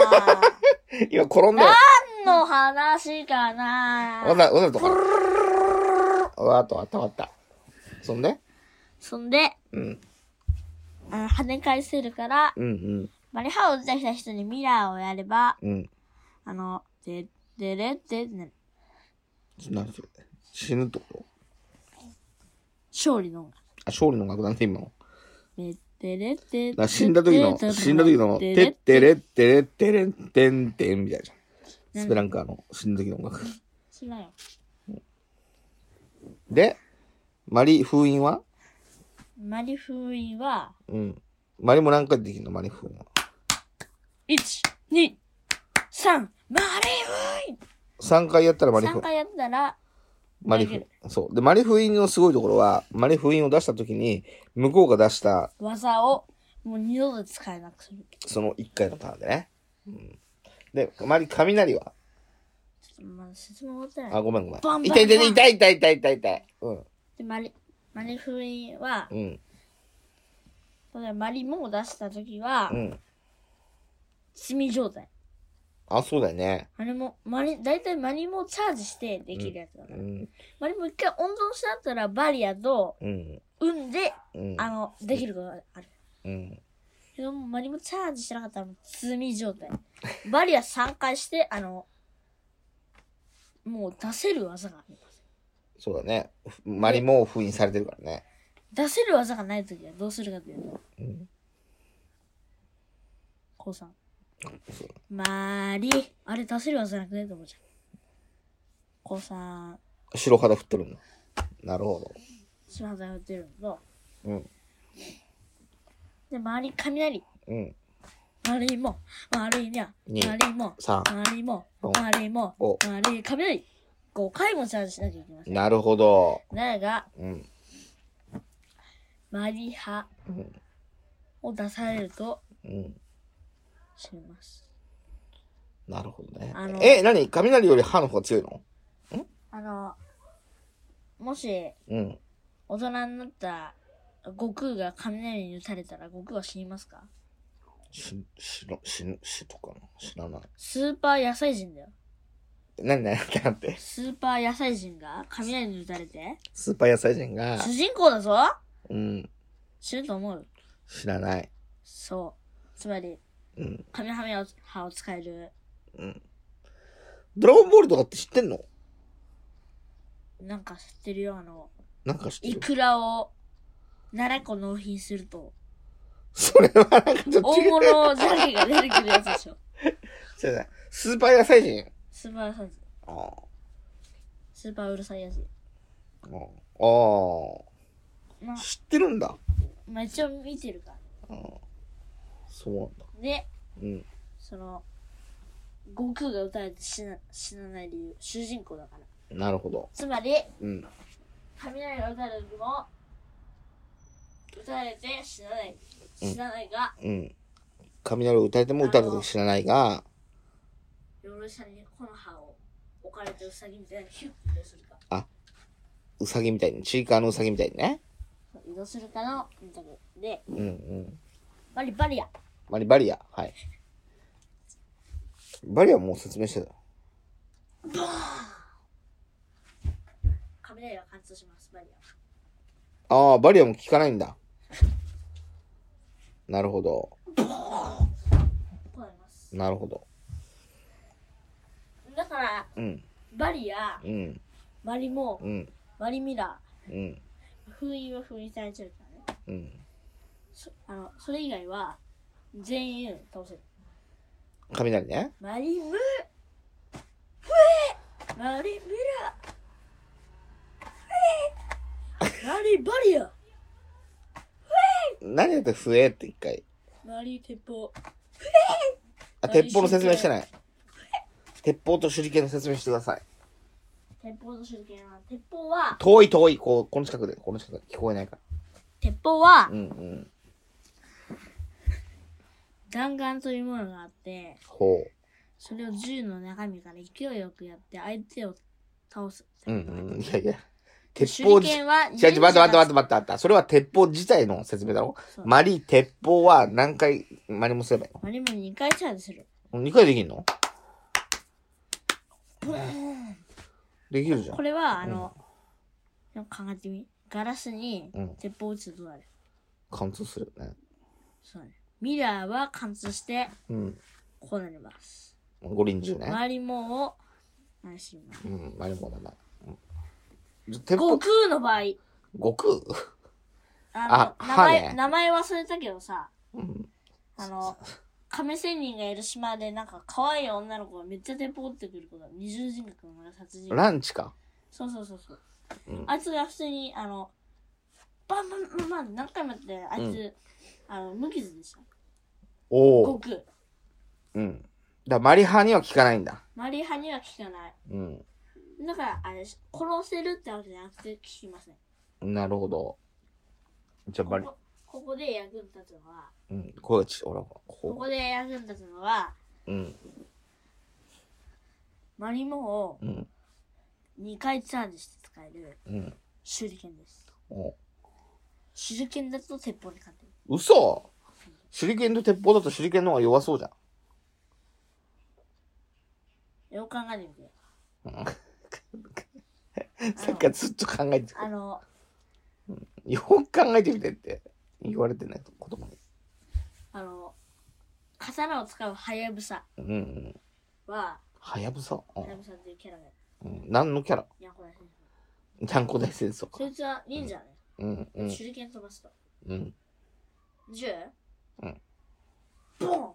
Speaker 1: 今転んだよ。
Speaker 2: 何の話かな
Speaker 1: わざ、わざと転んだ。わざと、わかったわかった。そんで
Speaker 2: そんで、
Speaker 1: うん。
Speaker 2: あの跳ね返せるから、
Speaker 1: うん
Speaker 2: マリハを打ち出した人にミラーをやれば、
Speaker 1: うん。うん。
Speaker 2: あの、で、でれってなる、
Speaker 1: 何それ死ぬってこと
Speaker 2: 勝利の音楽。
Speaker 1: あ、勝利の楽なんで今の。
Speaker 2: で、でれって。
Speaker 1: だから死んだ時の、死んだ時の、てってれってれってれんてんてんみたいじゃん。スペランカーの死んだ時の音楽。
Speaker 2: 知らんよ。
Speaker 1: で、マリ封印は
Speaker 2: マリ封印は、
Speaker 1: うん。マリも何回できるのマリ封印は。
Speaker 2: 1、2、3、マリ封
Speaker 1: 3回やったらマ
Speaker 2: 印
Speaker 1: リ
Speaker 2: !3
Speaker 1: 封印。
Speaker 2: 回やったら、
Speaker 1: マリ
Speaker 2: 投げ
Speaker 1: 封
Speaker 2: る
Speaker 1: 印。そう。で、マリ封印のすごいところは、マリ封印を出した時に、向こうが出した、
Speaker 2: 技を、もう二度と使えなくする。
Speaker 1: その1回のターンでね。うん。で、マリ、雷は
Speaker 2: ちょっとまだ説明終わってな
Speaker 1: あ、
Speaker 2: い。
Speaker 1: ごめんごめん。
Speaker 2: バンバン
Speaker 1: 痛い痛い痛い痛い痛い痛い痛い。うん。
Speaker 2: で、マリ、マリ封印は、
Speaker 1: うん。
Speaker 2: 例えばマリモを出した時は
Speaker 1: う、ん。
Speaker 2: 罪状態。
Speaker 1: あ、そうだよね。
Speaker 2: あれも、マリ、だいたいマリモをチャージしてできるやつだ
Speaker 1: う
Speaker 2: から。
Speaker 1: ん。
Speaker 2: マリモ一回温存してあったら、バリアと、
Speaker 1: うん。
Speaker 2: 運で、
Speaker 1: うん。
Speaker 2: あの、できることがある。
Speaker 1: うん。
Speaker 2: けども、マリもチャージしてなかったら、もう罪状態。バリア3回して、あの、もう出せる技があります。
Speaker 1: そうだね。ふマリも封印されてるからね。
Speaker 2: 出せる技がないときはどうするかというと、
Speaker 1: うん。
Speaker 2: こうさん。
Speaker 1: そう
Speaker 2: マリ、あれ出せる技なくねと思っちゃう。こうさん、
Speaker 1: 白肌振ってるんだ。なるほど。
Speaker 2: 島肌が打てるのと、
Speaker 1: うん。
Speaker 2: で、マリ、雷。
Speaker 1: うん。
Speaker 2: マリも、マリにゃ、
Speaker 1: に
Speaker 2: マリも、
Speaker 1: さあ。
Speaker 2: マリも、
Speaker 1: お
Speaker 2: マリも、
Speaker 1: お
Speaker 2: マリ、雷。5回もチャージしなきゃいけません。
Speaker 1: なるほど。
Speaker 2: だが、
Speaker 1: うん。
Speaker 2: マリハ
Speaker 1: うん。
Speaker 2: を出されると
Speaker 1: うん。
Speaker 2: 死にます。
Speaker 1: なるほどね
Speaker 2: あ。の
Speaker 1: え、なに雷より歯の方が強いの
Speaker 2: あの、もし
Speaker 1: うん。
Speaker 2: 大人になった悟空が雷に打たれたら悟空は死にますか
Speaker 1: し、しの、死ぬ、死とかな知らない。
Speaker 2: スーパー野菜人だよ。
Speaker 1: なに なになにって。
Speaker 2: スーパー野菜人が雷に打たれて
Speaker 1: スーパー野菜人が
Speaker 2: 主、人公だぞ
Speaker 1: うん。
Speaker 2: 死ぬと思う
Speaker 1: 知らない。
Speaker 2: そう。つまり、
Speaker 1: うん。
Speaker 2: カメハメハを使える。
Speaker 1: ドラゴンボールとかって知ってんの
Speaker 2: なんか知ってるよ、あの、
Speaker 1: なんか知って
Speaker 2: イ
Speaker 1: る。
Speaker 2: クラを7個納品すると、
Speaker 1: それはなんかちょっと
Speaker 2: 大
Speaker 1: 違う。
Speaker 2: 物ザケが出てくるやつでしょ。
Speaker 1: 違う違うスーパー野菜人。
Speaker 2: スーパーサイズ。
Speaker 1: ああ。
Speaker 2: スーパーうるさいやつ。
Speaker 1: ああ。
Speaker 2: まあ、
Speaker 1: 知ってるんだ。
Speaker 2: まあ、一応見てるから。
Speaker 1: そうなんだ。
Speaker 2: で、
Speaker 1: うん。
Speaker 2: その、悟空が撃たれて死な死なない理由主人公だから
Speaker 1: なるほど。
Speaker 2: つまり
Speaker 1: うん。
Speaker 2: 雷が撃たれても撃たれて死なない死なないが、
Speaker 1: うん。雷を打たれても打たれても知らないが、
Speaker 2: 鎧下に木の葉を置かれてウサギみたいにヒュッて移動するか
Speaker 1: うさぎみたいに、チーカーのうさぎみたいにね。
Speaker 2: 移動するかの二択で
Speaker 1: うんうん。
Speaker 2: バリバリア
Speaker 1: バリバリア。はい。バリアはもう説明してたよ。
Speaker 2: 雷が貫通しますバリアは
Speaker 1: ああ、バリアも効かないんだ。なるほど。
Speaker 2: こうなります
Speaker 1: なるほど。
Speaker 2: だから
Speaker 1: うん。
Speaker 2: バリア
Speaker 1: うん。
Speaker 2: バリも
Speaker 1: うん。
Speaker 2: バリミラ
Speaker 1: うん。
Speaker 2: ー封印は封印されてるからね
Speaker 1: うん。
Speaker 2: そあのそれ以外は全員倒せる
Speaker 1: 雷ね。
Speaker 2: マリムふえマリミラふえマリバリア
Speaker 1: 何やって笛って一回。
Speaker 2: マリ鉄砲
Speaker 1: あ、鉄砲の説明してない。鉄砲と手裏剣の説明してください。
Speaker 2: 鉄砲と手裏剣は鉄砲は
Speaker 1: 遠い遠い、こう、この近くで、この近くで聞こえないか
Speaker 2: 鉄砲は
Speaker 1: ら。うんうん。
Speaker 2: 弾丸というものがあって
Speaker 1: ほ
Speaker 2: それを銃の中身から勢いよくやって相手を倒す
Speaker 1: う。うんうん。いやいや。鉄
Speaker 2: 手
Speaker 1: 砲
Speaker 2: 裏
Speaker 1: じ、違う
Speaker 2: 剣
Speaker 1: 違
Speaker 2: は
Speaker 1: う、待って待って待って
Speaker 2: て
Speaker 1: 待って待って。それは鉄砲自体の説明だろ
Speaker 2: そう
Speaker 1: マリ、鉄砲は何回、マリもすればいい
Speaker 2: マリも2回チャージする
Speaker 1: の ?2 回できんのできるじゃん
Speaker 2: こ。れはあの、よく考えてみガラスに
Speaker 1: うん
Speaker 2: 鉄砲を撃つとどうなる、
Speaker 1: 貫通するよね。
Speaker 2: そうねミラーは貫通して
Speaker 1: うん。
Speaker 2: こうなります
Speaker 1: 五輪銃ね。
Speaker 2: マリモを何します
Speaker 1: うん、マリモだな。うん鉄
Speaker 2: 悟
Speaker 1: 砲、
Speaker 2: 空の場合
Speaker 1: 悟空
Speaker 2: あの
Speaker 1: あ
Speaker 2: 名
Speaker 1: 歯
Speaker 2: 前、
Speaker 1: ね
Speaker 2: 名前忘れたけどさ
Speaker 1: うん。
Speaker 2: あの、亀仙人がいる島で、なんか可愛い女の子がめっちゃテポってくること、二重人格の村殺人。
Speaker 1: ランチか。
Speaker 2: そうそうそうそう。
Speaker 1: うん
Speaker 2: あいつが普通に、あの、バンバンバンバン何回もやって、あいつ、あの、無傷でした。
Speaker 1: お
Speaker 2: 悟
Speaker 1: お。
Speaker 2: 空。
Speaker 1: うん。だからマリハには効かないんだ。
Speaker 2: マリハには効かない。
Speaker 1: うん。
Speaker 2: だから、あれです、殺せるってわけじゃなくて効きません。
Speaker 1: なるほど。じゃあ、
Speaker 2: こ
Speaker 1: マリ、
Speaker 2: こここで役に立つのは、
Speaker 1: うん。こうち、ほら、こ
Speaker 2: こ
Speaker 1: う。
Speaker 2: こで役に立つのは、
Speaker 1: うん。
Speaker 2: マリモを
Speaker 1: うん。
Speaker 2: 2回チャージして使える
Speaker 1: うん。
Speaker 2: 手裏剣です。
Speaker 1: お
Speaker 2: 手裏剣だと鉄砲に勝てる。
Speaker 1: 嘘手裏剣と鉄砲だと手裏剣の方が弱そうじゃん。
Speaker 2: よく考えてみて。
Speaker 1: さっきからずっと考えて
Speaker 2: あの、
Speaker 1: よく考えてみてって言われてない子供に。
Speaker 2: あの、刀を使うハヤブサ
Speaker 1: うんうん。
Speaker 2: は、
Speaker 1: はやぶさ。う
Speaker 2: ハヤ
Speaker 1: ん
Speaker 2: ブサっていうキャラが、
Speaker 1: うん。何のキャラ
Speaker 2: ヤンコ大戦争。
Speaker 1: ちゃんこ大戦争
Speaker 2: そ
Speaker 1: か。
Speaker 2: いつは忍者ね。
Speaker 1: うんうん
Speaker 2: 手裏剣飛ばすと。
Speaker 1: うん。
Speaker 2: 銃
Speaker 1: うん。
Speaker 2: ボン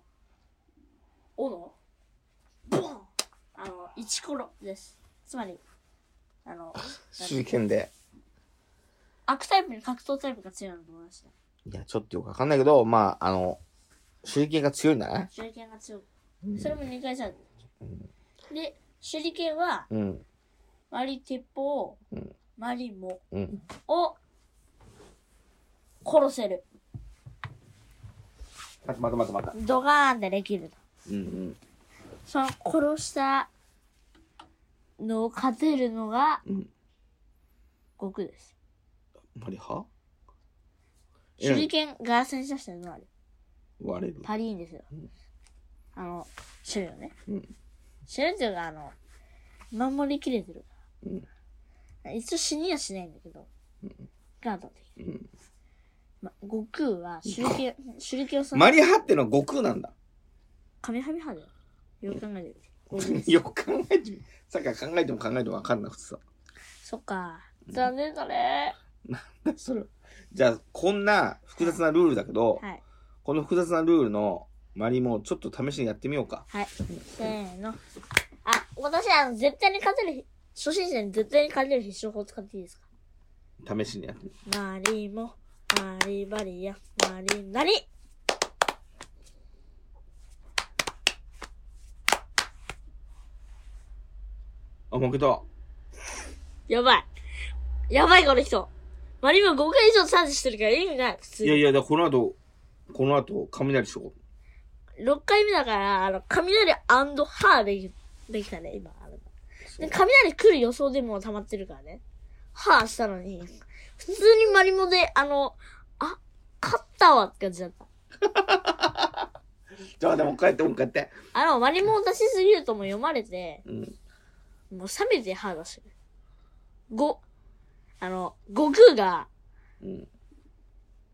Speaker 2: 斧ボンあの、イチコロです。つまり、あの、
Speaker 1: 手裏剣で。
Speaker 2: 悪タイプに格闘タイプが強いのと同じだ。
Speaker 1: いや、ちょっとよくわかんないけど、まあ、あの、手裏剣が強いんだね。
Speaker 2: 手裏剣が強く
Speaker 1: う。ん
Speaker 2: それも2回じゃん。で、手裏剣は、
Speaker 1: うん。
Speaker 2: マリ鉄砲、
Speaker 1: うん
Speaker 2: マリモ
Speaker 1: うん。
Speaker 2: を殺せる。
Speaker 1: またまたまたまた。
Speaker 2: ドガーンってできると。
Speaker 1: うんうん。
Speaker 2: その殺したのを勝てるのが
Speaker 1: うん。
Speaker 2: 悟空です。
Speaker 1: マリハ
Speaker 2: 手裏剣ガラスに刺したのはある。
Speaker 1: 割れる。
Speaker 2: パリーンですよ。あの、種類をね。
Speaker 1: うん。
Speaker 2: 種類っていうか、あの、守りきれてる。
Speaker 1: うん。
Speaker 2: 一応死にはしないんだけど、ガードできる。
Speaker 1: うん
Speaker 2: ま、悟空は手裏剣、手裏剣をその、
Speaker 1: マリハってのは悟空なんだ。
Speaker 2: カメハメハだよ。よく考えてる。
Speaker 1: よく考えてみ、さっきから考えても考えてもわかんなくてさ。
Speaker 2: そっか。残念だね。
Speaker 1: それ。じゃあ、こんな複雑なルールだけど、
Speaker 2: はい。
Speaker 1: この複雑なルールのマリもちょっと試しにやってみようか。
Speaker 2: はい。せーの。あ、私、あの、絶対に勝てる、初心者に絶対に勝てる必勝法使っていいですか
Speaker 1: 試しにやってみよ
Speaker 2: マリモ、マリバリア、マリナリ
Speaker 1: う思うけど、
Speaker 2: やばい。やばい、この人。マリモン5回以上チャージしてるから意味ない、普通
Speaker 1: い
Speaker 2: に。
Speaker 1: やいや、だからこの後、この後、雷しよう。
Speaker 2: 6回目だから、あの、雷ハーできできたね、今。あので雷来る予想でもう溜まってるからね。ハーしたのに、普通にマリモで、あの、あ、勝ったわって感じだった。
Speaker 1: じゃあ、でも、帰って、もう帰って。
Speaker 2: あの、マリモを出しすぎるともう読まれて、
Speaker 1: うん。
Speaker 2: もう冷めて歯出してる。ご、あの、悟空が、
Speaker 1: うん。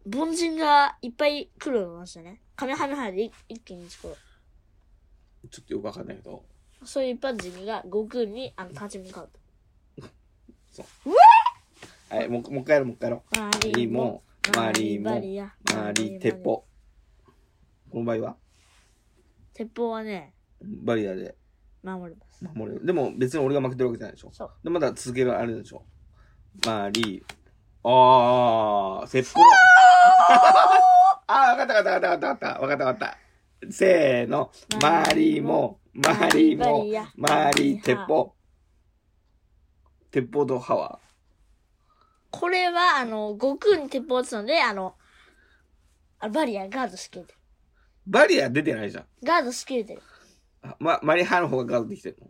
Speaker 2: 凡人がいっぱい来るのましたね。カメハメハで一一気に1個。
Speaker 1: ちょっとよくわかんないけど。
Speaker 2: そういう一般人が悟空にあの立ち向かうと。
Speaker 1: はい、もう、もう一回やろう、もう一回やろ
Speaker 2: マ
Speaker 1: う。リモ、マリモ、
Speaker 2: ヤ
Speaker 1: マリテ。ポ。この場合は、
Speaker 2: 鉄砲はね、
Speaker 1: バリアで
Speaker 2: 守ります。
Speaker 1: 守れる。でも、別に俺が負けてるわけじゃないでしょ。
Speaker 2: そう。
Speaker 1: で、まだ続けられるでしょ。マリああ、鉄砲。ああ、わかったわかったわかったわかった。わかったわかった。せーの。マリモ、マリモ、マリ鉄砲。鉄砲と歯は
Speaker 2: これは、あの、悟空に鉄砲打つので、あの、あバリアガードしきれてる。
Speaker 1: バリア出てないじゃん。
Speaker 2: ガードしきれてる。
Speaker 1: あま、マリハの方がガードできてるの。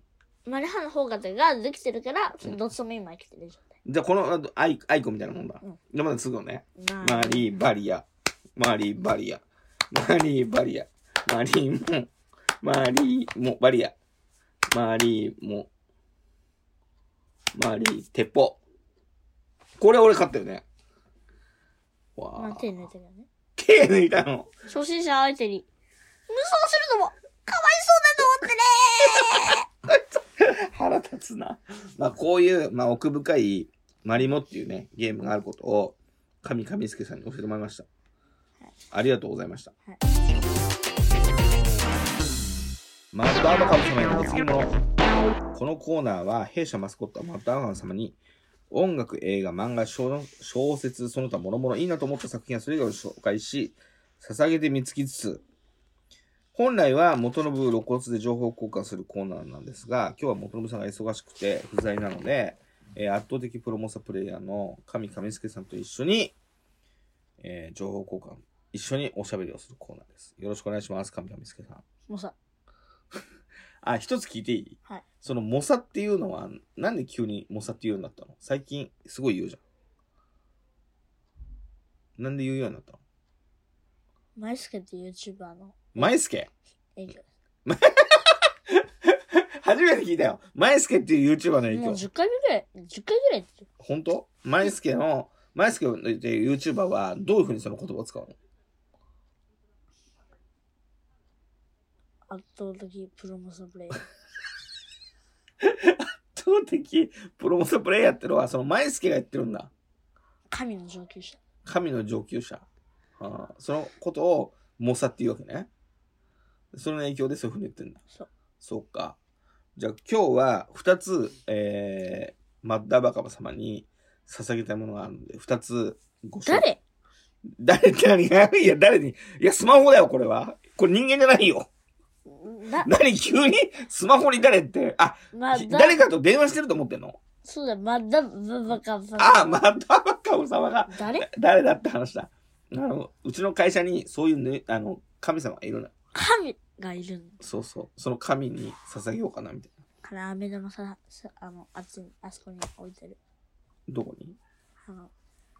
Speaker 2: マリハの方がガードできてるから、どっちとも今生きてる状態。
Speaker 1: じゃあ、この、あとアイアイコみたいなもんだ
Speaker 2: うん。
Speaker 1: で、まだ続くのね。
Speaker 2: まあ
Speaker 1: マリバリア、マリバリア、マリバリア、マリモ、マリモバリア、マリモ、マリ鉄砲。これ俺勝ったよね。
Speaker 2: ま
Speaker 1: わ
Speaker 2: あ、
Speaker 1: あ
Speaker 2: 手。抜いてるよね。
Speaker 1: 手抜いたの。
Speaker 2: 初心者相手に、無双するのも、かわいそうだと思ってね
Speaker 1: 腹立つな。まあこういう、まあ奥深いマリモっていうね、ゲームがあることを、神神助さんに教えてもらいました。ありがとうございました。
Speaker 2: はい
Speaker 1: マッドアバカム様へのお次物。このコーナーは、弊社マスコットマッドアバカム様に、音楽、映画、漫画、小小説、その他諸々いいなと思った作品やそれぞれを紹介し、捧げて見つきつつ、本来は元信露骨で情報交換するコーナーなんですが、今日は元信さんが忙しくて不在なので、えー圧倒的プロモーサープレイヤーの神上助さんと一緒に、えー情報交換、一緒におしゃべりをするコーナーです。よろしくお願いします、神上助さん。
Speaker 2: もうさ、
Speaker 1: あ、一つ聞いていい
Speaker 2: はい。
Speaker 1: その、猛者っていうのは、なんで急に猛者っていうようになったの最近、すごい言うじゃん。なんで言うようになったの
Speaker 2: マイスケっていう YouTuber の
Speaker 1: 前助
Speaker 2: 影響
Speaker 1: 初めて聞いたよ。前助っていう YouTuber の影
Speaker 2: もう
Speaker 1: 響。
Speaker 2: 10回目ぐらい、10回ぐらいってる
Speaker 1: 本当前助の、前助っていう YouTuber は、どういうふうにその言葉を使うの
Speaker 2: 圧倒的プロモーションプレイヤー。
Speaker 1: 圧倒的プロモーションプレイヤーってのは、その前助がやってるんだ。
Speaker 2: 神の上級者。
Speaker 1: 神の上級者。あーそのことを、猛者っていうわけね。その影響でそういうふうに言ってるんだ。
Speaker 2: そう。
Speaker 1: そうか。じゃあ今日は2つ、えー、マッダバカバ様に捧げたいものがあるので、2つご紹介
Speaker 2: 誰
Speaker 1: 誰って何がいや、誰にいや、スマホだよ、これは。これ人間じゃないよ。
Speaker 2: な、
Speaker 1: 何急にスマホに誰って。あ、
Speaker 2: ま
Speaker 1: ひ
Speaker 2: だ、
Speaker 1: 誰かと電話してると思ってんの
Speaker 2: そうだ、まだ、ばばかば
Speaker 1: あ、マッダバカバ様が
Speaker 2: 誰
Speaker 1: 誰だって話だ。あの、うちの会社にそういうね、あの、神様がいるの。
Speaker 2: 神がいるんだ
Speaker 1: そうそう。その神に捧げようかな、みたいな。
Speaker 2: から、飴玉さ、さあの、あっちに、あそこに置いてる。
Speaker 1: どこに
Speaker 2: あの、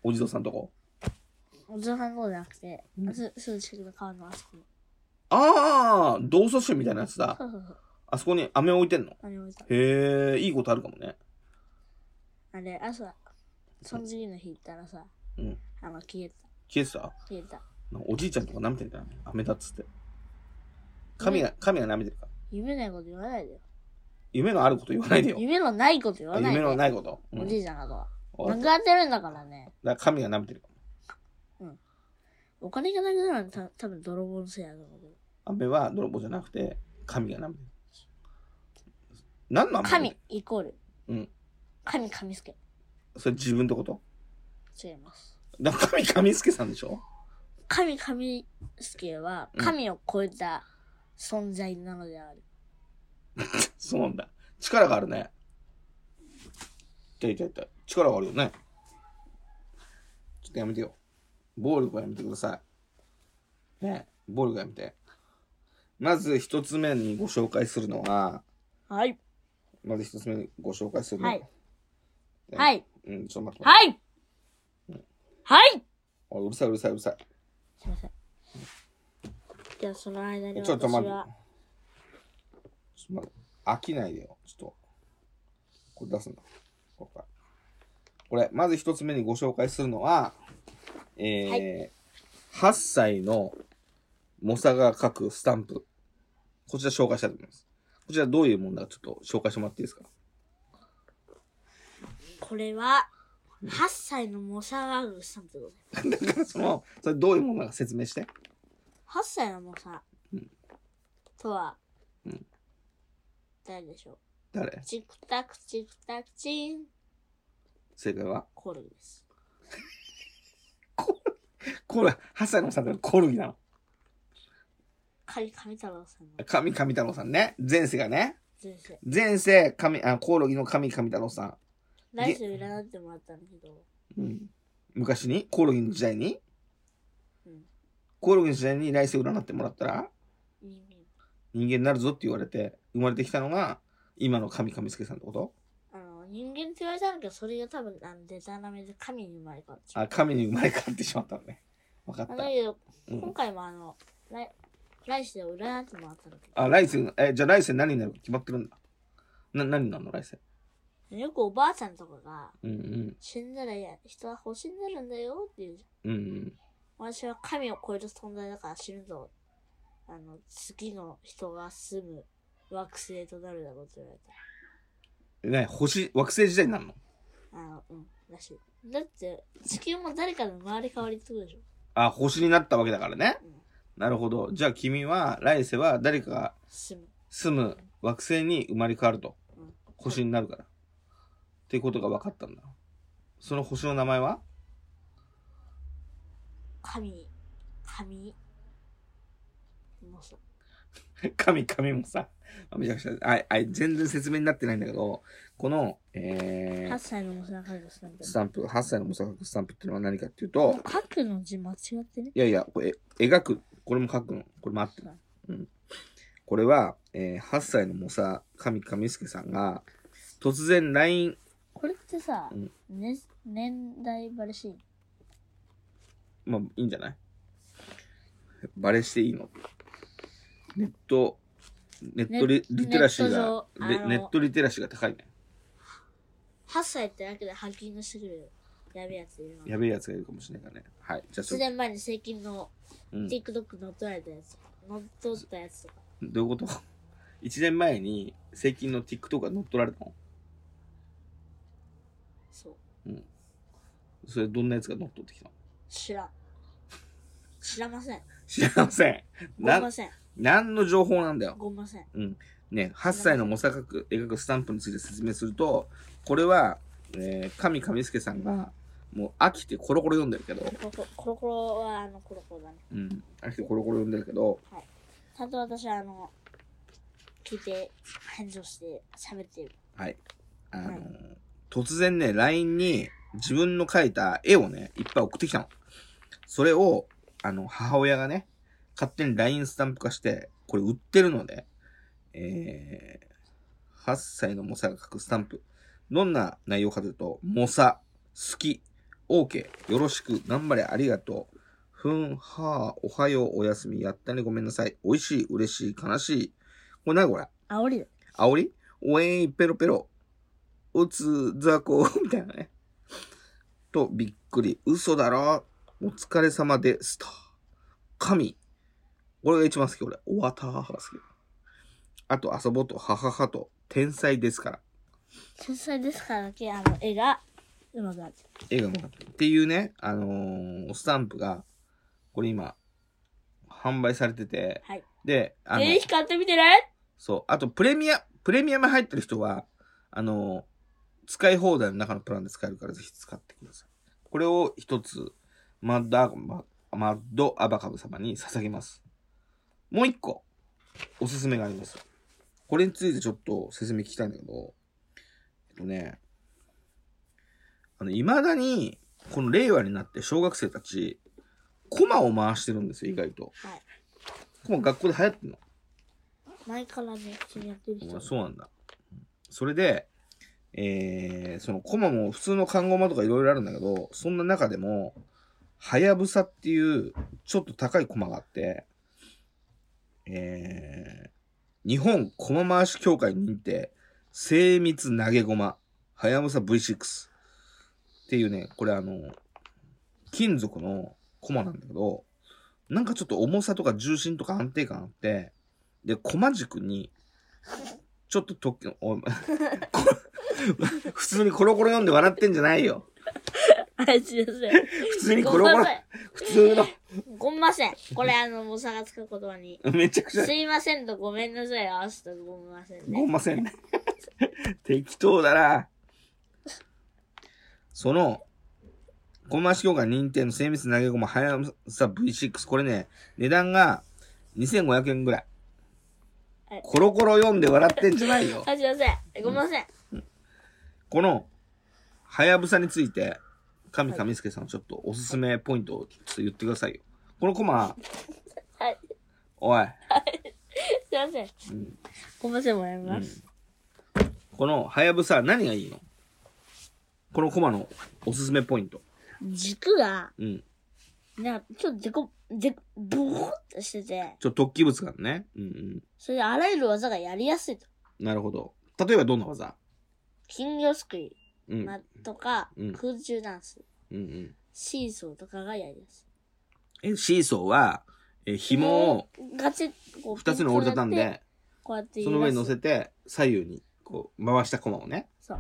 Speaker 1: お地蔵さんとこ
Speaker 2: お嬢さんの方じゃなくて
Speaker 1: う、ん
Speaker 2: すすぐ近くの川のあそこに。
Speaker 1: ああ、同祖宗みたいなやつだ。
Speaker 2: そうそうそう。
Speaker 1: あそこに飴置いてんの
Speaker 2: あれ置いた。
Speaker 1: へえ、いいことあるかもね。
Speaker 2: あれ、朝、その次の日行ったらさ、
Speaker 1: うん。
Speaker 2: あの、消えた。
Speaker 1: 消えてた
Speaker 2: 消えた。
Speaker 1: なんかおじいちゃんとか舐めてんじゃない飴だっつって。神が、神が舐めてるから。
Speaker 2: 夢ないこと言わないでよ。
Speaker 1: 夢のあること言わないでよ。
Speaker 2: 夢のないこと言わ
Speaker 1: あ
Speaker 2: ないで。
Speaker 1: 夢のないこと。うん
Speaker 2: おじいちゃんなどは。
Speaker 1: わか
Speaker 2: な
Speaker 1: っ
Speaker 2: く
Speaker 1: た
Speaker 2: なってるんだからね。
Speaker 1: だから神が舐めてるから。
Speaker 2: お金がなくなるのた多分泥棒のせいだと思うけど。
Speaker 1: 飴は泥棒じゃなくて、神が舐めてる。何の飴
Speaker 2: 神イコール。
Speaker 1: うん。
Speaker 2: 神神助。
Speaker 1: それ自分ってこと
Speaker 2: 違います。
Speaker 1: だから神、神助さんでしょ
Speaker 2: 神神助は
Speaker 1: うん
Speaker 2: 神を超えた存在なのである。
Speaker 1: そうなんだ。力があるね。痛い痛い痛い。力があるよね。ちょっとやめてよ。暴力はやめてください。ね暴力はやめて。まず一つ目にご紹介するのは、
Speaker 2: はい。
Speaker 1: まず一つ目にご紹介するの
Speaker 2: はい。はい。
Speaker 1: うん、ちょっと待って。
Speaker 2: はい。はい。
Speaker 1: おいうるさいうるさいうるさい。
Speaker 2: すいません。じゃあ、その間に
Speaker 1: ちょっと
Speaker 2: 私
Speaker 1: 待ってちょ
Speaker 2: は。
Speaker 1: っと待って。飽きないでよ。ちょっと。これ出すんだ。ここからこれ、まず一つ目にご紹介するのは、えー
Speaker 2: は
Speaker 1: 8歳の猛者が書くスタンプ。こちら紹介したいと思います。こちらどういうものだかちょっと紹介してもらっていいですか
Speaker 2: これは、8歳のモサワグさんでございます。
Speaker 1: だからその、それどういうものだか説明して。
Speaker 2: 8歳のモサ、
Speaker 1: うん
Speaker 2: とは、
Speaker 1: うん
Speaker 2: 誰でしょう
Speaker 1: 誰
Speaker 2: チクタクチクタクチン
Speaker 1: 正解は
Speaker 2: コルグです。
Speaker 1: コル、8歳のさんってコルギなの。
Speaker 2: カリカミ太郎さんの
Speaker 1: 神神太郎さんね。前世がね。
Speaker 2: 先生。
Speaker 1: 前世、神、あ、コオロギの神神太郎さん。
Speaker 2: 来週占ってもらったんだけど、
Speaker 1: うん昔にコオロギの時代に、
Speaker 2: うん
Speaker 1: コオロギの時代に来世占ってもらったら
Speaker 2: 人間、
Speaker 1: 人間になるぞって言われて生まれてきたのが今の神神助さんってこと
Speaker 2: あの、人間って言われたんだけど、それが多分、あの、デタラメで神に生まれ変わっちゃう。
Speaker 1: あ神に生まれ変わってしまったのね分かっ
Speaker 2: あ
Speaker 1: た
Speaker 2: だ、けど、
Speaker 1: うん
Speaker 2: 今回もあの、来、来世を占ってもらったんだけ
Speaker 1: あ来世のえじゃあ来世何になるか決まってるんだな何になるの来世
Speaker 2: ど、よくおばあちゃんとかが、
Speaker 1: うん
Speaker 2: 死んだらや、人は星になるんだよっていうじゃん。
Speaker 1: うんうん
Speaker 2: 私は神を超える存在だから死ぬと、あの、次の人が住む惑星となるだろうと言われた。
Speaker 1: うんね星惑星時代になるの
Speaker 2: あの、うん、らしい。だって、地球も誰かの周り変わりってことでしょ。
Speaker 1: あ星になったわけだからね
Speaker 2: うん
Speaker 1: なるほどじゃあ君は来世は誰かが
Speaker 2: 住む。
Speaker 1: 住む惑星に生まれ変わると
Speaker 2: うん、
Speaker 1: 星になるから、っていうことが分かったんだその星の名前は
Speaker 2: 神、神、もうさ、
Speaker 1: 神神もさあめちゃくちゃああ全然説明になってないんだけどこの、え
Speaker 2: 8
Speaker 1: ー、
Speaker 2: 歳のモサカルスなんだ
Speaker 1: スタンプ8歳の模索スタンプっていうのは何かっていう
Speaker 2: も
Speaker 1: と
Speaker 2: う書くの字間違ってね。
Speaker 1: いやいやこれえ描くこれも描くのこれもあってる、うん、これは、えー、8歳の猛者神神助さんが突然 LINE
Speaker 2: これってさ、
Speaker 1: うん
Speaker 2: ね、年代バレしい。
Speaker 1: まあいいんじゃないバレしていいのネットネットリ
Speaker 2: ネ
Speaker 1: リテラシー
Speaker 2: ネッ
Speaker 1: が
Speaker 2: ト上
Speaker 1: レ
Speaker 2: あの
Speaker 1: ネットリテラシーが高いね
Speaker 2: 8歳ってだけでハッキングしてくるやべえやついる
Speaker 1: や
Speaker 2: の。
Speaker 1: べえやつがいるかもしれないからねはいじゃあそ
Speaker 2: 1
Speaker 1: れ、
Speaker 2: 年前に最近の
Speaker 1: うん、ど
Speaker 2: TikTok 乗っ取られたやつ、乗っ取ったやつとか。
Speaker 1: ういうこと1年前に最近の TikTok が乗っ取られたの
Speaker 2: そう。
Speaker 1: それどんなやつが乗っ取ってきたの
Speaker 2: 知らん。知らません。
Speaker 1: 知りません
Speaker 2: ごめん
Speaker 1: な
Speaker 2: ません。
Speaker 1: 何の情報なんだよ
Speaker 2: ごめんません。
Speaker 1: ね、8歳の模索く描くスタンプについて説明するとこれは、えー、神神助さんがもう飽きてコロコロ読んでるけど、
Speaker 2: コロコロコロコロはあのコロコロだね。
Speaker 1: うん、飽きてコロコロ読んでるけど
Speaker 2: ちゃんと私はあの、聞いて、返事をして、喋ってる。
Speaker 1: はい。あのー
Speaker 2: はい
Speaker 1: 突然ね、LINE に自分の描いた絵をね、いっぱい送ってきたの。それを、あの、母親がね、勝手に LINE スタンプ化して、これ売ってるので、えー、8歳の猛者が書くスタンプ。どんな内容かというと、猛者、好き、OK、よろしく、頑張れ、ありがとう。ふん、はあ、おはよう、おやすみ、やったね、ごめんなさい。美味しい、嬉しい、悲しい。これ何これ
Speaker 2: あおりだ。
Speaker 1: あおりおえいペロペロ。うつざこ、 みたいなね。と、びっくり。嘘だろお疲れ様でした。神。俺が一番好き、俺。おわたはが好き。あと、遊ぼうと、はははと、天才ですから。
Speaker 2: 天才ですからだけ、あの、絵が、うまくなって
Speaker 1: 映
Speaker 2: る。
Speaker 1: 画もなって。っていうね、あのースタンプが、これ今、販売されてて、
Speaker 2: はい。
Speaker 1: で、あの、
Speaker 2: ぜひ買ってみてね
Speaker 1: そう。あと、プレミア、プレミアム入ってる人は、あの、使い放題の中のプランで使えるから、ぜひ使ってください。これを一つ、マッドア、ママッドアバカブ様に捧げます。もう一個、おすすめがあります。これについてちょっと説明聞きたいんだけど、えっとね、あの、未だに、この令和になって小学生たち、コマを回してるんですよ、意外と。
Speaker 2: はい。
Speaker 1: コマ学校で流行ってるの。
Speaker 2: 前からね、普通にやってる人
Speaker 1: まあ
Speaker 2: も。
Speaker 1: そうなんだ。それで、えー、そのコマも普通の看護マとかいろいろあるんだけど、そんな中でも、はやぶさっていうちょっと高いコマがあって、えー、日本コマ回し協会認定、精密投げ駒、はやぶさ V6 っていうね、これあの、金属のコマなんだけど、なんかちょっと重さとか重心とか安定感あって、で、コマ軸にちょっととっけ、おい こ普通にコロコロ読んで笑ってんじゃないよ。
Speaker 2: はい、すいません。
Speaker 1: 普通にコ
Speaker 2: ご
Speaker 1: ロ
Speaker 2: め
Speaker 1: コ
Speaker 2: ん
Speaker 1: ロ
Speaker 2: なさ、い。
Speaker 1: 普通の、
Speaker 2: ごめんなさい。これあの、もう差がつく言葉に。
Speaker 1: めちゃくちゃ
Speaker 2: す、いませんとごめんなさい合わせたらごめんなさい
Speaker 1: ご
Speaker 2: ね。
Speaker 1: ません。 適当だな。その、コマーシ協会認定の精密投げ駒、はやぶさ V6。これね、値段が2500円ぐらい
Speaker 2: はい。
Speaker 1: コロコロ読んで笑ってんじゃ ないよ。
Speaker 2: はい、すいません。ごめんなさい。
Speaker 1: この、はやぶさについて、神神助さん、ちょっとおすすめポイントをちょっと言ってくださいよ。このコマ、
Speaker 2: はい、
Speaker 1: おい、
Speaker 2: すいません。
Speaker 1: うん
Speaker 2: ごめんなさい、もやめます。
Speaker 1: このはやぶさ、何がいいのこのコマのおすすめポイント。
Speaker 2: 軸が、
Speaker 1: うん。
Speaker 2: なんか、ちょっとデコ、デコ、ボコっとしてて、
Speaker 1: ちょっと突起物感ね。うんうん。
Speaker 2: それであらゆる技がやりやすいと。
Speaker 1: なるほど。例えばどんな技
Speaker 2: 金魚すくい、
Speaker 1: うん。
Speaker 2: ま、とか、
Speaker 1: うん
Speaker 2: 空中ダンス、
Speaker 1: うんうん。
Speaker 2: シーソーとかがやりやすい。
Speaker 1: え、シーソーは、え、紐を
Speaker 2: ガチッ、こう、
Speaker 1: 二つに折りたたんで、、
Speaker 2: こうやって
Speaker 1: その上に乗
Speaker 2: て。
Speaker 1: せて、左右に、こう、回したコマをね。
Speaker 2: そう。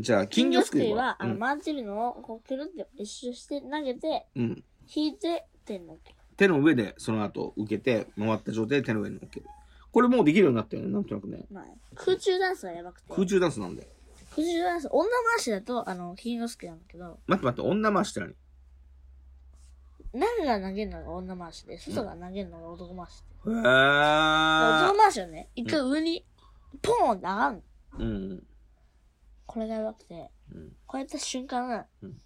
Speaker 1: じゃあ、金
Speaker 2: 金
Speaker 1: 魚
Speaker 2: 魚
Speaker 1: す
Speaker 2: す
Speaker 1: く
Speaker 2: く
Speaker 1: い
Speaker 2: い
Speaker 1: は
Speaker 2: は、、
Speaker 1: う
Speaker 2: あの、
Speaker 1: ん
Speaker 2: 回ってるのを、こう、くるって一周して投げて、
Speaker 1: うん。
Speaker 2: 引いて、手に乗っける。
Speaker 1: 手の上でその後受けて回った状態で手の上に乗っけるこれもうできるようになったよねなんとなくね
Speaker 2: まあ、空中ダンスはやばくて。
Speaker 1: 空中ダンスなんで
Speaker 2: 空中ダンス、女回しだと、あの、金魚すくいなんだけど、
Speaker 1: 待って待って女回しって何
Speaker 2: 中が投げるのが女回しで、外が投げるのが男回しで。
Speaker 1: へ
Speaker 2: 男
Speaker 1: ー
Speaker 2: 回しはね、一回上に、ポーンって上がるの。
Speaker 1: うん
Speaker 2: これがやばくて、
Speaker 1: うん
Speaker 2: こうやった瞬間、
Speaker 1: うん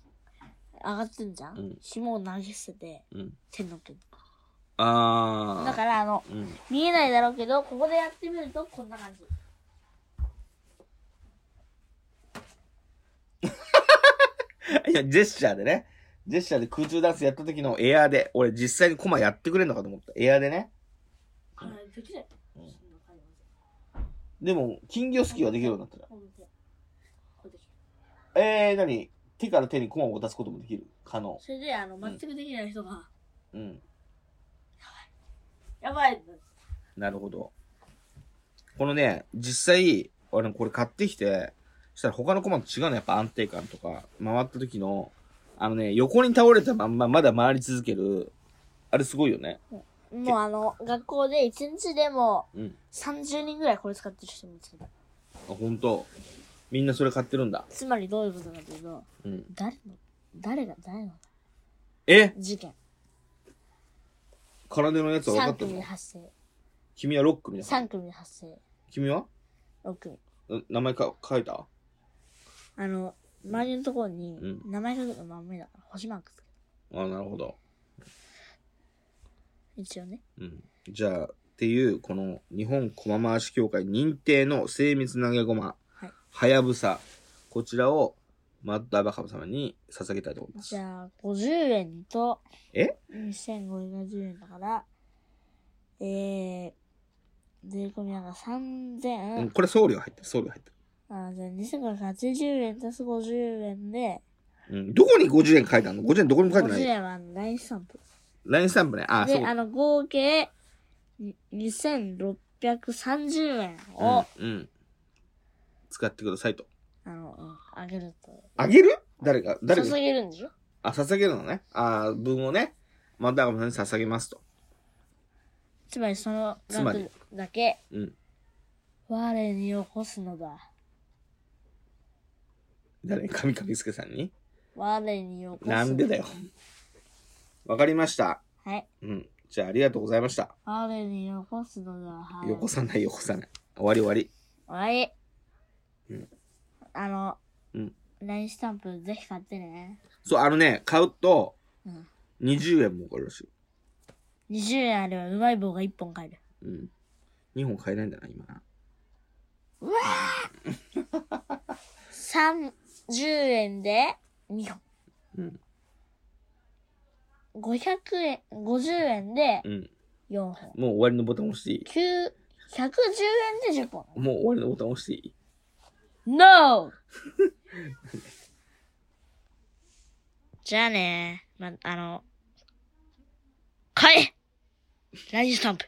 Speaker 2: 上がってんじゃん、
Speaker 1: うん
Speaker 2: 紐を投げ捨てて、
Speaker 1: うん
Speaker 2: 手に乗っける。
Speaker 1: あー
Speaker 2: だから、あの、
Speaker 1: うん
Speaker 2: 見えないだろうけど、ここでやってみると、こんな感じ。
Speaker 1: いやジェスチャーでねジェスチャーで空中ダンスやった時のエアーで俺実際にコマやってくれるのかと思ったエアーでね
Speaker 2: あれ、できない。
Speaker 1: うん
Speaker 2: そんな感じ
Speaker 1: でも金魚すくいはできるようになったら
Speaker 2: こう見てこうできる
Speaker 1: えー何手から手にコマを渡すこともできる可能
Speaker 2: それで、あの、全くできない人が、
Speaker 1: うん
Speaker 2: やばいってなる
Speaker 1: なるほど。このね、実際、俺これ買ってきて、したら他のコマと違うのやっぱ安定感とか、回った時の、あのね、横に倒れたまんままだ回り続ける、あれすごいよね。
Speaker 2: もうあの、学校で一日でも
Speaker 1: うん。
Speaker 2: 30人ぐらいこれ使ってる人見つけた。
Speaker 1: あ、ほんと。みんなそれ買ってるんだ。
Speaker 2: つまりどういうことかというと、
Speaker 1: うん。
Speaker 2: 誰の、誰が、誰の
Speaker 1: え
Speaker 2: 事件。
Speaker 1: 奏のやつは分か
Speaker 2: 3
Speaker 1: ってる
Speaker 2: 組で
Speaker 1: の
Speaker 2: 発生。
Speaker 1: 君はロックみたいな。
Speaker 2: 3組で発生。
Speaker 1: 君は
Speaker 2: 6組。
Speaker 1: う名前か書いた
Speaker 2: あの、周りのところに
Speaker 1: う
Speaker 2: 名前書くのまんまだから、星マークつけた。
Speaker 1: あ、なるほど。
Speaker 2: 一応ね。
Speaker 1: うん。じゃあ、っていう、この日本駒回し協会認定の精密投げ駒、
Speaker 2: はい
Speaker 1: はやぶさ、こちらを、マッドアバカブ様に捧げたいと思います。
Speaker 2: じゃあ、50円と、
Speaker 1: え
Speaker 2: ?2570 円だから、えー、税込みだから3000、
Speaker 1: うん、これ送料入ってる、送料入って
Speaker 2: あじゃあ2580円足す50円で、
Speaker 1: る。うん。どこに50円書いてあるの ?50 円どこにも書いてな
Speaker 2: 50
Speaker 1: い。
Speaker 2: 円はラインスタンプ。
Speaker 1: ラインスタンプね。あ、そう
Speaker 2: で、。あの、合計、に2630円を、
Speaker 1: うん、うん。使ってくださいと。
Speaker 2: あの、うんあげると。
Speaker 1: あげる誰が、誰
Speaker 2: 注
Speaker 1: が、
Speaker 2: げるんでしょ
Speaker 1: あ、捧げるのね。あ、分をね、マッドアバカブ様に捧げますと。
Speaker 2: つまりその
Speaker 1: つまり
Speaker 2: 額だけ、
Speaker 1: うん。
Speaker 2: 我に起こすのだ。
Speaker 1: 誰神神助さんに。
Speaker 2: 我に起こすの
Speaker 1: なんでだよ。わかりました。
Speaker 2: はい。
Speaker 1: うん。じゃあ、ありがとうございました。
Speaker 2: 我に起こすのだ。はい。
Speaker 1: よこさないよこさない終わり終わり
Speaker 2: はい。
Speaker 1: うん
Speaker 2: あの、
Speaker 1: うん
Speaker 2: LINE スタンプぜひ買ってね。
Speaker 1: そう、あのね、買うと
Speaker 2: うん、
Speaker 1: 20円儲かるらしい。
Speaker 2: 20円あればうまい棒が1本買える。
Speaker 1: うん。2本買えないんだな、今な。
Speaker 2: 30円で2本。
Speaker 1: うん。
Speaker 2: 500円、50円で
Speaker 1: うん。
Speaker 2: 4本。
Speaker 1: もう終わりのボタン押していい
Speaker 2: 9、110円で10本。
Speaker 1: もう終わりのボタン押していい
Speaker 2: No! じゃあねま、あの、買えラインスタンプ。